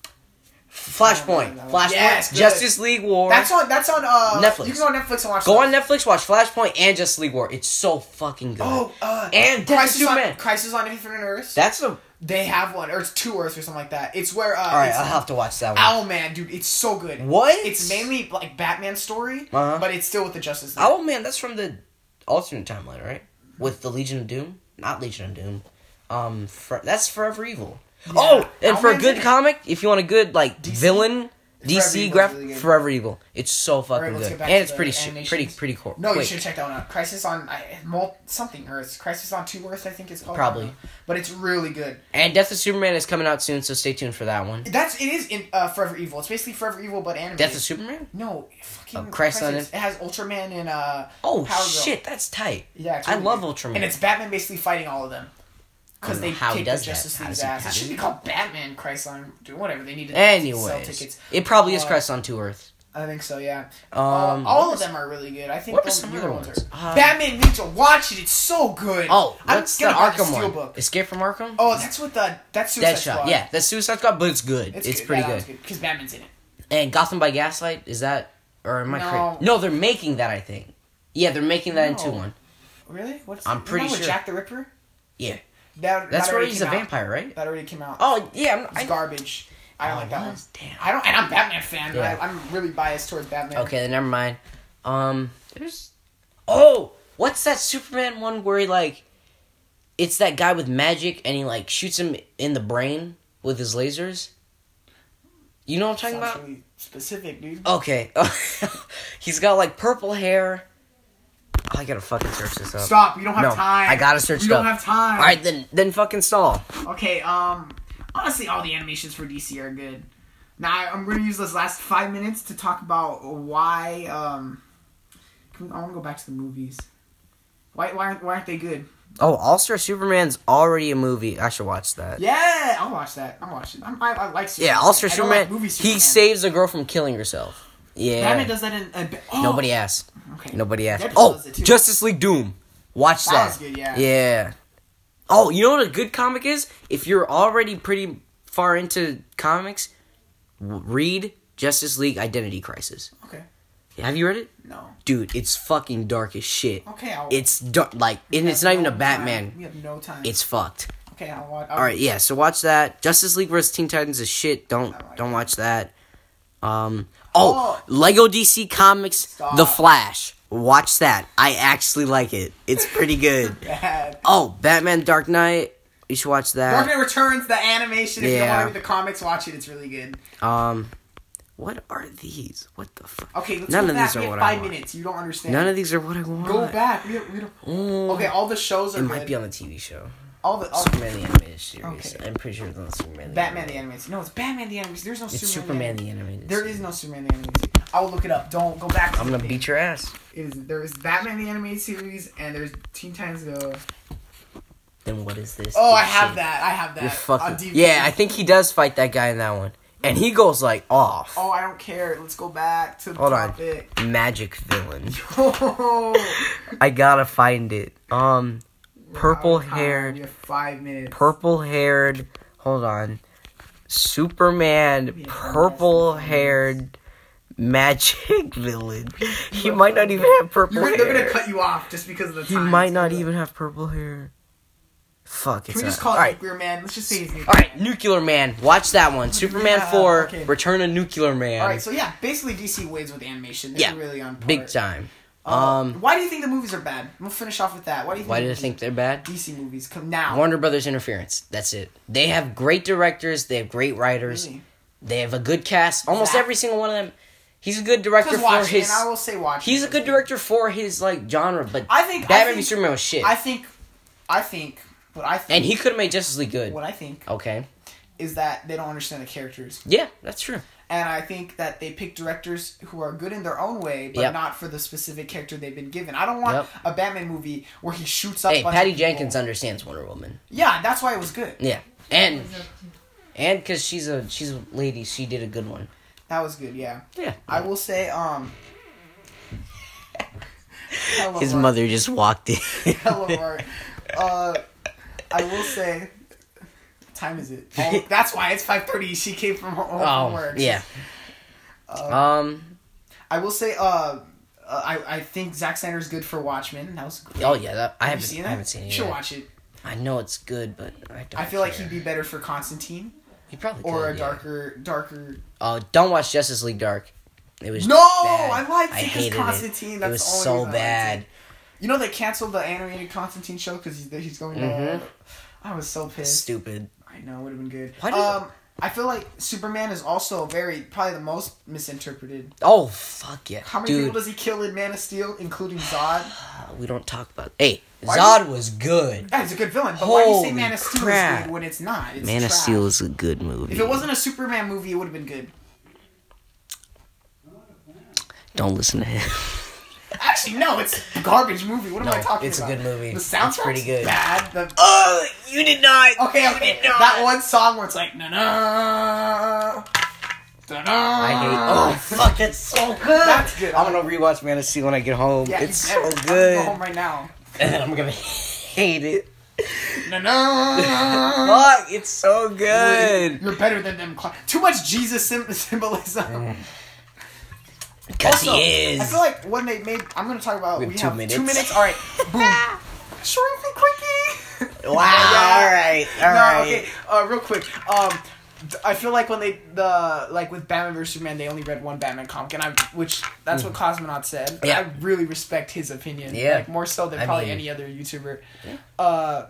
Speaker 2: Flashpoint,
Speaker 1: No, no, no.
Speaker 2: Flashpoint,
Speaker 1: Yes, good.
Speaker 2: Justice League War.
Speaker 1: That's on. That's on. Uh,
Speaker 2: Netflix.
Speaker 1: You can go on Netflix and watch.
Speaker 2: Go
Speaker 1: that.
Speaker 2: on Netflix, watch Flashpoint and Justice League War. It's so fucking good.
Speaker 1: Oh, uh,
Speaker 2: And Death of
Speaker 1: Crisis on,
Speaker 2: Superman.
Speaker 1: Crisis on Infinite Earths.
Speaker 2: That's a. All
Speaker 1: They have one, or it's two Earths or something like that. It's where uh,
Speaker 2: right,
Speaker 1: it's
Speaker 2: I'll have to watch that one.
Speaker 1: Owlman, dude. It's so good.
Speaker 2: uh-huh. What?
Speaker 1: It's mainly like Batman story,
Speaker 2: Uh-huh.
Speaker 1: but it's still with the Justice League.
Speaker 2: Oh man, that's from the alternate timeline, right? With the Legion of Doom, not Legion of Doom. Um, for, that's Forever Evil. Oh, and for a
Speaker 1: Owlman's
Speaker 2: good
Speaker 1: in it.
Speaker 2: comic, if you want a good like
Speaker 1: DC?
Speaker 2: villain,
Speaker 1: Evil's
Speaker 2: DC graph,
Speaker 1: really good.
Speaker 2: Forever Evil. It's so
Speaker 1: Alright,
Speaker 2: fucking
Speaker 1: let's get
Speaker 2: good,
Speaker 1: back
Speaker 2: and
Speaker 1: to
Speaker 2: it's
Speaker 1: the
Speaker 2: pretty, sh-
Speaker 1: animations.
Speaker 2: pretty, pretty cool.
Speaker 1: No, you should check that one out. Crisis on I, mul- something Earths. Crisis on Two Earths, I think it's called.
Speaker 2: Probably.
Speaker 1: I don't know. but it's really good.
Speaker 2: And Death of Superman is coming out soon, so stay tuned for that one.
Speaker 1: That's it is in uh, Forever Evil. It's basically Forever Evil, but animated.
Speaker 2: Death of Superman?
Speaker 1: no, fucking
Speaker 2: Oh, Crisis on
Speaker 1: It has Ultraman and uh.
Speaker 2: Oh
Speaker 1: Power Girl.
Speaker 2: shit, that's tight.
Speaker 1: Yeah, it's
Speaker 2: I
Speaker 1: really
Speaker 2: love
Speaker 1: good.
Speaker 2: Ultraman.
Speaker 1: And it's Batman basically fighting all of them. Because
Speaker 2: I don't know
Speaker 1: they
Speaker 2: how he
Speaker 1: take
Speaker 2: does
Speaker 1: the
Speaker 2: that.
Speaker 1: Justice
Speaker 2: How does
Speaker 1: League's
Speaker 2: he-
Speaker 1: ass.
Speaker 2: how
Speaker 1: It
Speaker 2: does
Speaker 1: should
Speaker 2: he-
Speaker 1: be called Batman Christ on do whatever they need to sell
Speaker 2: Anyways,
Speaker 1: tickets.
Speaker 2: it probably is
Speaker 1: Uh,
Speaker 2: Crest on two Earth.
Speaker 1: I think so, yeah.
Speaker 2: Um,
Speaker 1: all all
Speaker 2: what
Speaker 1: of them are really good. I think
Speaker 2: what are
Speaker 1: those
Speaker 2: some
Speaker 1: newer
Speaker 2: other
Speaker 1: ones
Speaker 2: ones?
Speaker 1: are.
Speaker 2: Um,
Speaker 1: Batman need to watch it. It's so good.
Speaker 2: Oh,
Speaker 1: I'm
Speaker 2: what's the
Speaker 1: gonna buy the
Speaker 2: Arkham
Speaker 1: Steel
Speaker 2: one?
Speaker 1: book.
Speaker 2: Escape from Arkham?
Speaker 1: Oh, that's what the that's Suicide
Speaker 2: Deadshot.
Speaker 1: Squad.
Speaker 2: Yeah, that's Suicide Squad, but it's good. It's, pretty good.
Speaker 1: because Batman's in it.
Speaker 2: And Gotham by Gaslight is that or am I
Speaker 1: No.
Speaker 2: crazy? No, they're making that. I think. Yeah, they're making that into
Speaker 1: No.
Speaker 2: one.
Speaker 1: Really? What's
Speaker 2: I'm
Speaker 1: the-
Speaker 2: pretty
Speaker 1: remember
Speaker 2: sure.
Speaker 1: Jack the Ripper.
Speaker 2: Yeah,
Speaker 1: That,
Speaker 2: that's
Speaker 1: that
Speaker 2: where
Speaker 1: already
Speaker 2: he's a
Speaker 1: came out.
Speaker 2: vampire, right?
Speaker 1: That already came out.
Speaker 2: Oh yeah, I'm,
Speaker 1: It's
Speaker 2: I,
Speaker 1: garbage. I don't
Speaker 2: Oh,
Speaker 1: like that
Speaker 2: it
Speaker 1: one.
Speaker 2: was? Damn.
Speaker 1: I don't, and I'm a Batman fan.
Speaker 2: Yeah.
Speaker 1: But I, I'm really biased towards Batman.
Speaker 2: Okay, then never mind. Um, there's. Oh, what's that Superman one where he like, it's that guy with magic and he like shoots him in the brain with his lasers. You know what I'm talking
Speaker 1: Sounds
Speaker 2: about?
Speaker 1: really specific, dude.
Speaker 2: Okay. He's got like purple hair. Oh, I gotta fucking search this up.
Speaker 1: Stop! You don't have
Speaker 2: Uh, No,
Speaker 1: time.
Speaker 2: I gotta search
Speaker 1: You
Speaker 2: it
Speaker 1: don't
Speaker 2: up.
Speaker 1: have time.
Speaker 2: All right, then then fucking stall.
Speaker 1: Okay. Um. Honestly, all the animations for DC are good. Now I- I'm gonna use those last five minutes to talk about why. Um. Can we, I want to go back to the movies. Why? Why aren't, why aren't they good?
Speaker 2: Oh, All Star Superman's already a movie. I should watch that.
Speaker 1: Yeah, I'll watch that. I'm watching. I'm, I, I like. Superman.
Speaker 2: Yeah, All Star
Speaker 1: I don't
Speaker 2: Superman.
Speaker 1: Like movie Superman.
Speaker 2: he saves a girl from killing herself. Yeah.
Speaker 1: Batman does that in. Uh, oh,
Speaker 2: Nobody asked.
Speaker 1: Okay.
Speaker 2: Nobody asked.
Speaker 1: Deadpool
Speaker 2: oh,
Speaker 1: does it too.
Speaker 2: Justice League Doom. Watch
Speaker 1: That
Speaker 2: that.
Speaker 1: was good, yeah.
Speaker 2: Yeah. Oh, you know what a good comic is? If you're already pretty far into comics, w- read Justice League Identity Crisis.
Speaker 1: Okay.
Speaker 2: Have you read it?
Speaker 1: No.
Speaker 2: Dude, it's fucking dark as shit.
Speaker 1: Okay, I'll.
Speaker 2: It's dark, like, and
Speaker 1: we
Speaker 2: it's
Speaker 1: have
Speaker 2: not even
Speaker 1: no
Speaker 2: a
Speaker 1: time.
Speaker 2: Batman.
Speaker 1: We have no time.
Speaker 2: It's fucked.
Speaker 1: okay. I'll watch.
Speaker 2: All right, yeah. So watch that. Justice League versus Teen Titans is shit. Don't
Speaker 1: like
Speaker 2: don't watch that. Um. Oh,
Speaker 1: Oh.
Speaker 2: Lego DC Comics,
Speaker 1: Stop.
Speaker 2: The Flash. Watch that. I actually like it. It's pretty good.
Speaker 1: Bad.
Speaker 2: oh, Batman Dark Knight. You should watch
Speaker 1: Dark
Speaker 2: that.
Speaker 1: Knight Returns, the animation. If you don't
Speaker 2: Uh, Yeah.
Speaker 1: want to read the comics, watch it. It's really good.
Speaker 2: Um. What are these? What the fuck?
Speaker 1: Okay, let's
Speaker 2: None
Speaker 1: go
Speaker 2: of
Speaker 1: back.
Speaker 2: these are
Speaker 1: we have
Speaker 2: what I
Speaker 1: five
Speaker 2: want.
Speaker 1: minutes. You don't understand.
Speaker 2: None of these are what I want.
Speaker 1: Go back. We don't, we don't.
Speaker 2: Mm.
Speaker 1: Okay, all the shows are
Speaker 2: It
Speaker 1: good.
Speaker 2: might be on the TV show.
Speaker 1: all the all
Speaker 2: Superman the animated series.
Speaker 1: Okay.
Speaker 2: I'm pretty sure it's on Superman. The
Speaker 1: Batman the
Speaker 2: Animated.
Speaker 1: animated. No, it's Batman the animated. There's no
Speaker 2: It's
Speaker 1: Superman.
Speaker 2: Superman the animated.
Speaker 1: There
Speaker 2: series.
Speaker 1: is no Superman the animated. I will look it up. Don't go back. To
Speaker 2: I'm
Speaker 1: the
Speaker 2: gonna
Speaker 1: thing.
Speaker 2: beat your ass.
Speaker 1: It is there is Batman the animated series and there's Teen Titans Go.
Speaker 2: Then what is this?
Speaker 1: Oh, I
Speaker 2: This
Speaker 1: have
Speaker 2: shit?
Speaker 1: that. I have that.
Speaker 2: You're
Speaker 1: on
Speaker 2: fucking.
Speaker 1: DVD.
Speaker 2: Yeah, I think he does fight that guy in that one, and he goes like off.
Speaker 1: Oh, I don't care. Let's go back to the
Speaker 2: Hold on.
Speaker 1: topic.
Speaker 2: Magic villain.
Speaker 1: Oh,
Speaker 2: I gotta find it. Um, Purple haired-
Speaker 1: You have five minutes.
Speaker 2: purple haired. Hold on. Superman,
Speaker 1: Yeah,
Speaker 2: purple haired magic villain. He might not even have purple
Speaker 1: You're gonna, they're gonna
Speaker 2: hair.
Speaker 1: cut you off just because of the
Speaker 2: He
Speaker 1: time.
Speaker 2: might not even have purple hair. Fuck,
Speaker 1: Can
Speaker 2: it's
Speaker 1: we just
Speaker 2: not-
Speaker 1: call it
Speaker 2: Alright,
Speaker 1: Nuclear Man? Let's just say his name.
Speaker 2: All right, Nuclear Man. Watch that one. Superman
Speaker 1: Yeah,
Speaker 2: Four,
Speaker 1: okay.
Speaker 2: Return of Nuclear Man.
Speaker 1: All right, so yeah, basically DC wins with animation. They're
Speaker 2: Yeah,
Speaker 1: really on par.
Speaker 2: Big time.
Speaker 1: Uh,
Speaker 2: Um,
Speaker 1: why do you think the movies are bad? We'll finish off with that. Why do you think?
Speaker 2: why
Speaker 1: the
Speaker 2: do I think they're bad?
Speaker 1: DC movies come now?
Speaker 2: Warner Brothers interference. That's it. They have great directors. They have great writers.
Speaker 1: Really?
Speaker 2: They have a good cast. Almost
Speaker 1: Zach-
Speaker 2: every single one of them. He's a good director
Speaker 1: Because
Speaker 2: for
Speaker 1: Watchmen,
Speaker 2: his.
Speaker 1: I will say Watchmen.
Speaker 2: He's a
Speaker 1: is
Speaker 2: good director for his like genre, but
Speaker 1: I think. I
Speaker 2: Batman
Speaker 1: think,
Speaker 2: v Superman was shit.
Speaker 1: I think. I think. What I think.
Speaker 2: and he could have made Justice League good.
Speaker 1: What I think
Speaker 2: Okay.
Speaker 1: is that they don't understand the characters,
Speaker 2: Yeah, that's true.
Speaker 1: and I think that they pick directors who are good in their own way, but
Speaker 2: Yep.
Speaker 1: not for the specific character they've been given. I don't want
Speaker 2: Yep.
Speaker 1: a Batman movie where he shoots up. a
Speaker 2: Hey,
Speaker 1: bunch
Speaker 2: Patty
Speaker 1: of people.
Speaker 2: Jenkins understands Wonder Woman.
Speaker 1: Yeah, that's why it was good.
Speaker 2: Yeah, and and because she's a she's a lady, she did a good one.
Speaker 1: That was good. Yeah,
Speaker 2: Yeah.
Speaker 1: I will say. Um. Hello,
Speaker 2: His
Speaker 1: Mark.
Speaker 2: mother just walked in.
Speaker 1: Hello, art. Uh, I will say, what time is it? Oh, that's why it's five thirty. She came from home from
Speaker 2: oh,
Speaker 1: work.
Speaker 2: yeah.
Speaker 1: Uh,
Speaker 2: um.
Speaker 1: I will say, uh, uh, I I think Zack Snyder's good for Watchmen. That was. Great.
Speaker 2: Oh yeah, that, I
Speaker 1: Have
Speaker 2: haven't.
Speaker 1: you seen
Speaker 2: I
Speaker 1: that?
Speaker 2: haven't seen
Speaker 1: You
Speaker 2: it.
Speaker 1: should
Speaker 2: Yet.
Speaker 1: watch it.
Speaker 2: I know it's good, but I don't.
Speaker 1: I feel like
Speaker 2: care.
Speaker 1: he'd be better for Constantine
Speaker 2: He probably
Speaker 1: or
Speaker 2: could,
Speaker 1: a
Speaker 2: yeah.
Speaker 1: darker, darker.
Speaker 2: Oh, don't watch Justice League Dark. It was
Speaker 1: No,
Speaker 2: bad.
Speaker 1: I liked
Speaker 2: I
Speaker 1: it because
Speaker 2: hated
Speaker 1: Constantine.
Speaker 2: It.
Speaker 1: That's
Speaker 2: it was
Speaker 1: the only
Speaker 2: so
Speaker 1: reason I liked
Speaker 2: bad.
Speaker 1: it. You know they canceled the animated Constantine show because he's he's going to. I was so pissed.
Speaker 2: Stupid.
Speaker 1: I know, would have been good.
Speaker 2: Mm-hmm. Why do-
Speaker 1: um, I feel like Superman is also very probably the most misinterpreted.
Speaker 2: Oh fuck yeah,
Speaker 1: How many
Speaker 2: dude.
Speaker 1: people does he kill in Man of Steel, including Zod?
Speaker 2: uh, we don't talk about. Hey,
Speaker 1: Why do-
Speaker 2: Zod was good.
Speaker 1: That is a good villain, but why do you say
Speaker 2: Holy
Speaker 1: Man of Steel
Speaker 2: crap.
Speaker 1: is good when it's not? It's
Speaker 2: Man of
Speaker 1: trash.
Speaker 2: Steel is a good movie.
Speaker 1: If it wasn't a Superman movie, it would have been good.
Speaker 2: don't listen to him.
Speaker 1: Actually, no, it's a garbage movie. What am
Speaker 2: No,
Speaker 1: I talking
Speaker 2: it's a
Speaker 1: about?
Speaker 2: good movie.
Speaker 1: The
Speaker 2: It's
Speaker 1: soundtrack's
Speaker 2: pretty good.
Speaker 1: bad. The-
Speaker 2: oh, you did not.
Speaker 1: okay, okay. That one song where it's like na na.
Speaker 2: I hate. Oh fuck, that's so good.
Speaker 1: That's good.
Speaker 2: I'm gonna rewatch Man of Steel when I get home.
Speaker 1: Yeah, you
Speaker 2: it's
Speaker 1: better.
Speaker 2: so
Speaker 1: I'm gonna Go
Speaker 2: good.
Speaker 1: home right now.
Speaker 2: and I'm gonna hate it.
Speaker 1: Na na.
Speaker 2: Fuck, it's so good.
Speaker 1: You're better than them. Cl- Too much Jesus sym- symbolism.
Speaker 2: Cause
Speaker 1: Also,
Speaker 2: he
Speaker 1: I
Speaker 2: is.
Speaker 1: feel like when they made, I'm gonna talk about.
Speaker 2: We
Speaker 1: We,
Speaker 2: have two
Speaker 1: have
Speaker 2: minutes.
Speaker 1: two minutes. All right, boom. Shrimp and quickie.
Speaker 2: wow. All right. All
Speaker 1: no,
Speaker 2: right.
Speaker 1: okay. Uh, real quick. Um, d- I feel like when they the like with Batman vs Superman, they only read one Batman comic, and I which that's what Cosmonaut said.
Speaker 2: Hmm. Yeah.
Speaker 1: I really respect his opinion.
Speaker 2: Yeah.
Speaker 1: like, more so than
Speaker 2: I
Speaker 1: probably
Speaker 2: mean-
Speaker 1: any other YouTuber. Uh.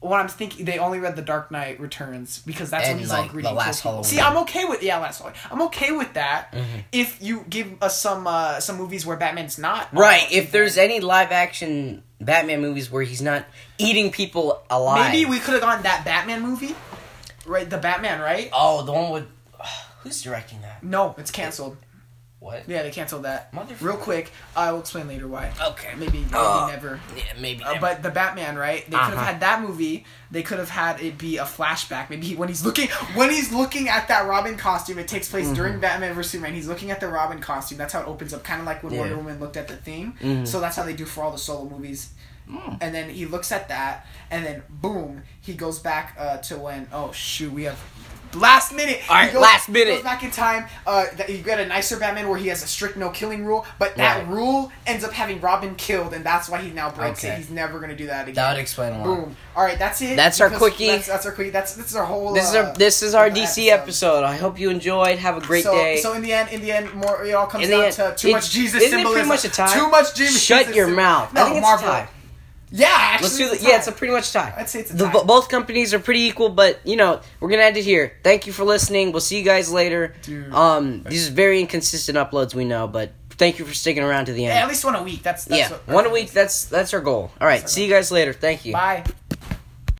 Speaker 1: When I'm thinking, they only read The Dark Knight Returns because that's when
Speaker 2: And,
Speaker 1: he's
Speaker 2: like,
Speaker 1: all
Speaker 2: the
Speaker 1: greedy. and
Speaker 2: last
Speaker 1: kills people. See,
Speaker 2: Halloween. Mm-hmm.
Speaker 1: I'm okay with yeah, last Halloween. I'm okay with that if you give us some uh, some movies where Batman's not
Speaker 2: Right. If there's any live action Batman movies where he's not eating people alive.
Speaker 1: Maybe we could have gone that Batman movie, right? The Batman, right?
Speaker 2: Oh, the one with. Who's directing that?
Speaker 1: No, it's canceled.
Speaker 2: What?
Speaker 1: Yeah, they canceled that.
Speaker 2: Motherfucker.
Speaker 1: Real quick, I will explain later why.
Speaker 2: Okay.
Speaker 1: Maybe, maybe
Speaker 2: Uh,
Speaker 1: never.
Speaker 2: Yeah, maybe.
Speaker 1: Uh, but the Batman, right? They could
Speaker 2: Uh-huh.
Speaker 1: have had that movie. They could have had it be a flashback. Maybe he, when he's looking when he's looking at that Robin costume, it takes place
Speaker 2: Mm-hmm.
Speaker 1: during Batman vs Superman. He's looking at the Robin costume. That's how it opens up, kind of like when
Speaker 2: Yeah. Mm-hmm.
Speaker 1: Wonder Woman looked at the thing. So that's how they do for all the solo movies.
Speaker 2: Hmm.
Speaker 1: And then he looks at that, and then boom, he goes back uh, to when oh shoot, we have last minute.
Speaker 2: All right,
Speaker 1: He goes-
Speaker 2: last
Speaker 1: he
Speaker 2: minute.
Speaker 1: Goes back in time. Uh, that you get a nicer Batman where he has a strict no killing rule, but that
Speaker 2: Right.
Speaker 1: rule ends up having Robin killed, and that's why he now breaks
Speaker 2: Okay.
Speaker 1: it. He's never gonna do that again.
Speaker 2: That would explain a lot.
Speaker 1: Boom. All right, that's it.
Speaker 2: That's our
Speaker 1: Because
Speaker 2: quickie.
Speaker 1: That's, that's our quickie. That's this is our whole.
Speaker 2: This is
Speaker 1: uh,
Speaker 2: our this is our
Speaker 1: the
Speaker 2: DC episode. I hope you enjoyed. Have a great
Speaker 1: so,
Speaker 2: day.
Speaker 1: So in the end, in the end, more it all comes
Speaker 2: In the
Speaker 1: down
Speaker 2: end,
Speaker 1: to too
Speaker 2: it-
Speaker 1: much Jesus
Speaker 2: isn't it
Speaker 1: symbolism.
Speaker 2: pretty much a tie?
Speaker 1: Too much Jesus.
Speaker 2: Shut your
Speaker 1: symbolism.
Speaker 2: mouth.
Speaker 1: No,
Speaker 2: I think it's
Speaker 1: Marvel.
Speaker 2: a tie.
Speaker 1: Yeah, actually,
Speaker 2: Let's do
Speaker 1: it's
Speaker 2: the,
Speaker 1: a
Speaker 2: yeah. It's
Speaker 1: tie.
Speaker 2: a pretty much tie.
Speaker 1: I'd say it's a
Speaker 2: The-
Speaker 1: tie.
Speaker 2: bo- both companies are pretty equal, but you know we're gonna end it here. Thank you for listening. We'll see you guys later.
Speaker 1: Dude.
Speaker 2: Um, these are very inconsistent uploads, we know, but thank you for sticking around to the
Speaker 1: Yeah, at
Speaker 2: end.
Speaker 1: least one a week. That's, that's
Speaker 2: Yeah,
Speaker 1: what-
Speaker 2: one a week. That's that's our goal. All right, see you guys later. Thank you.
Speaker 1: Bye.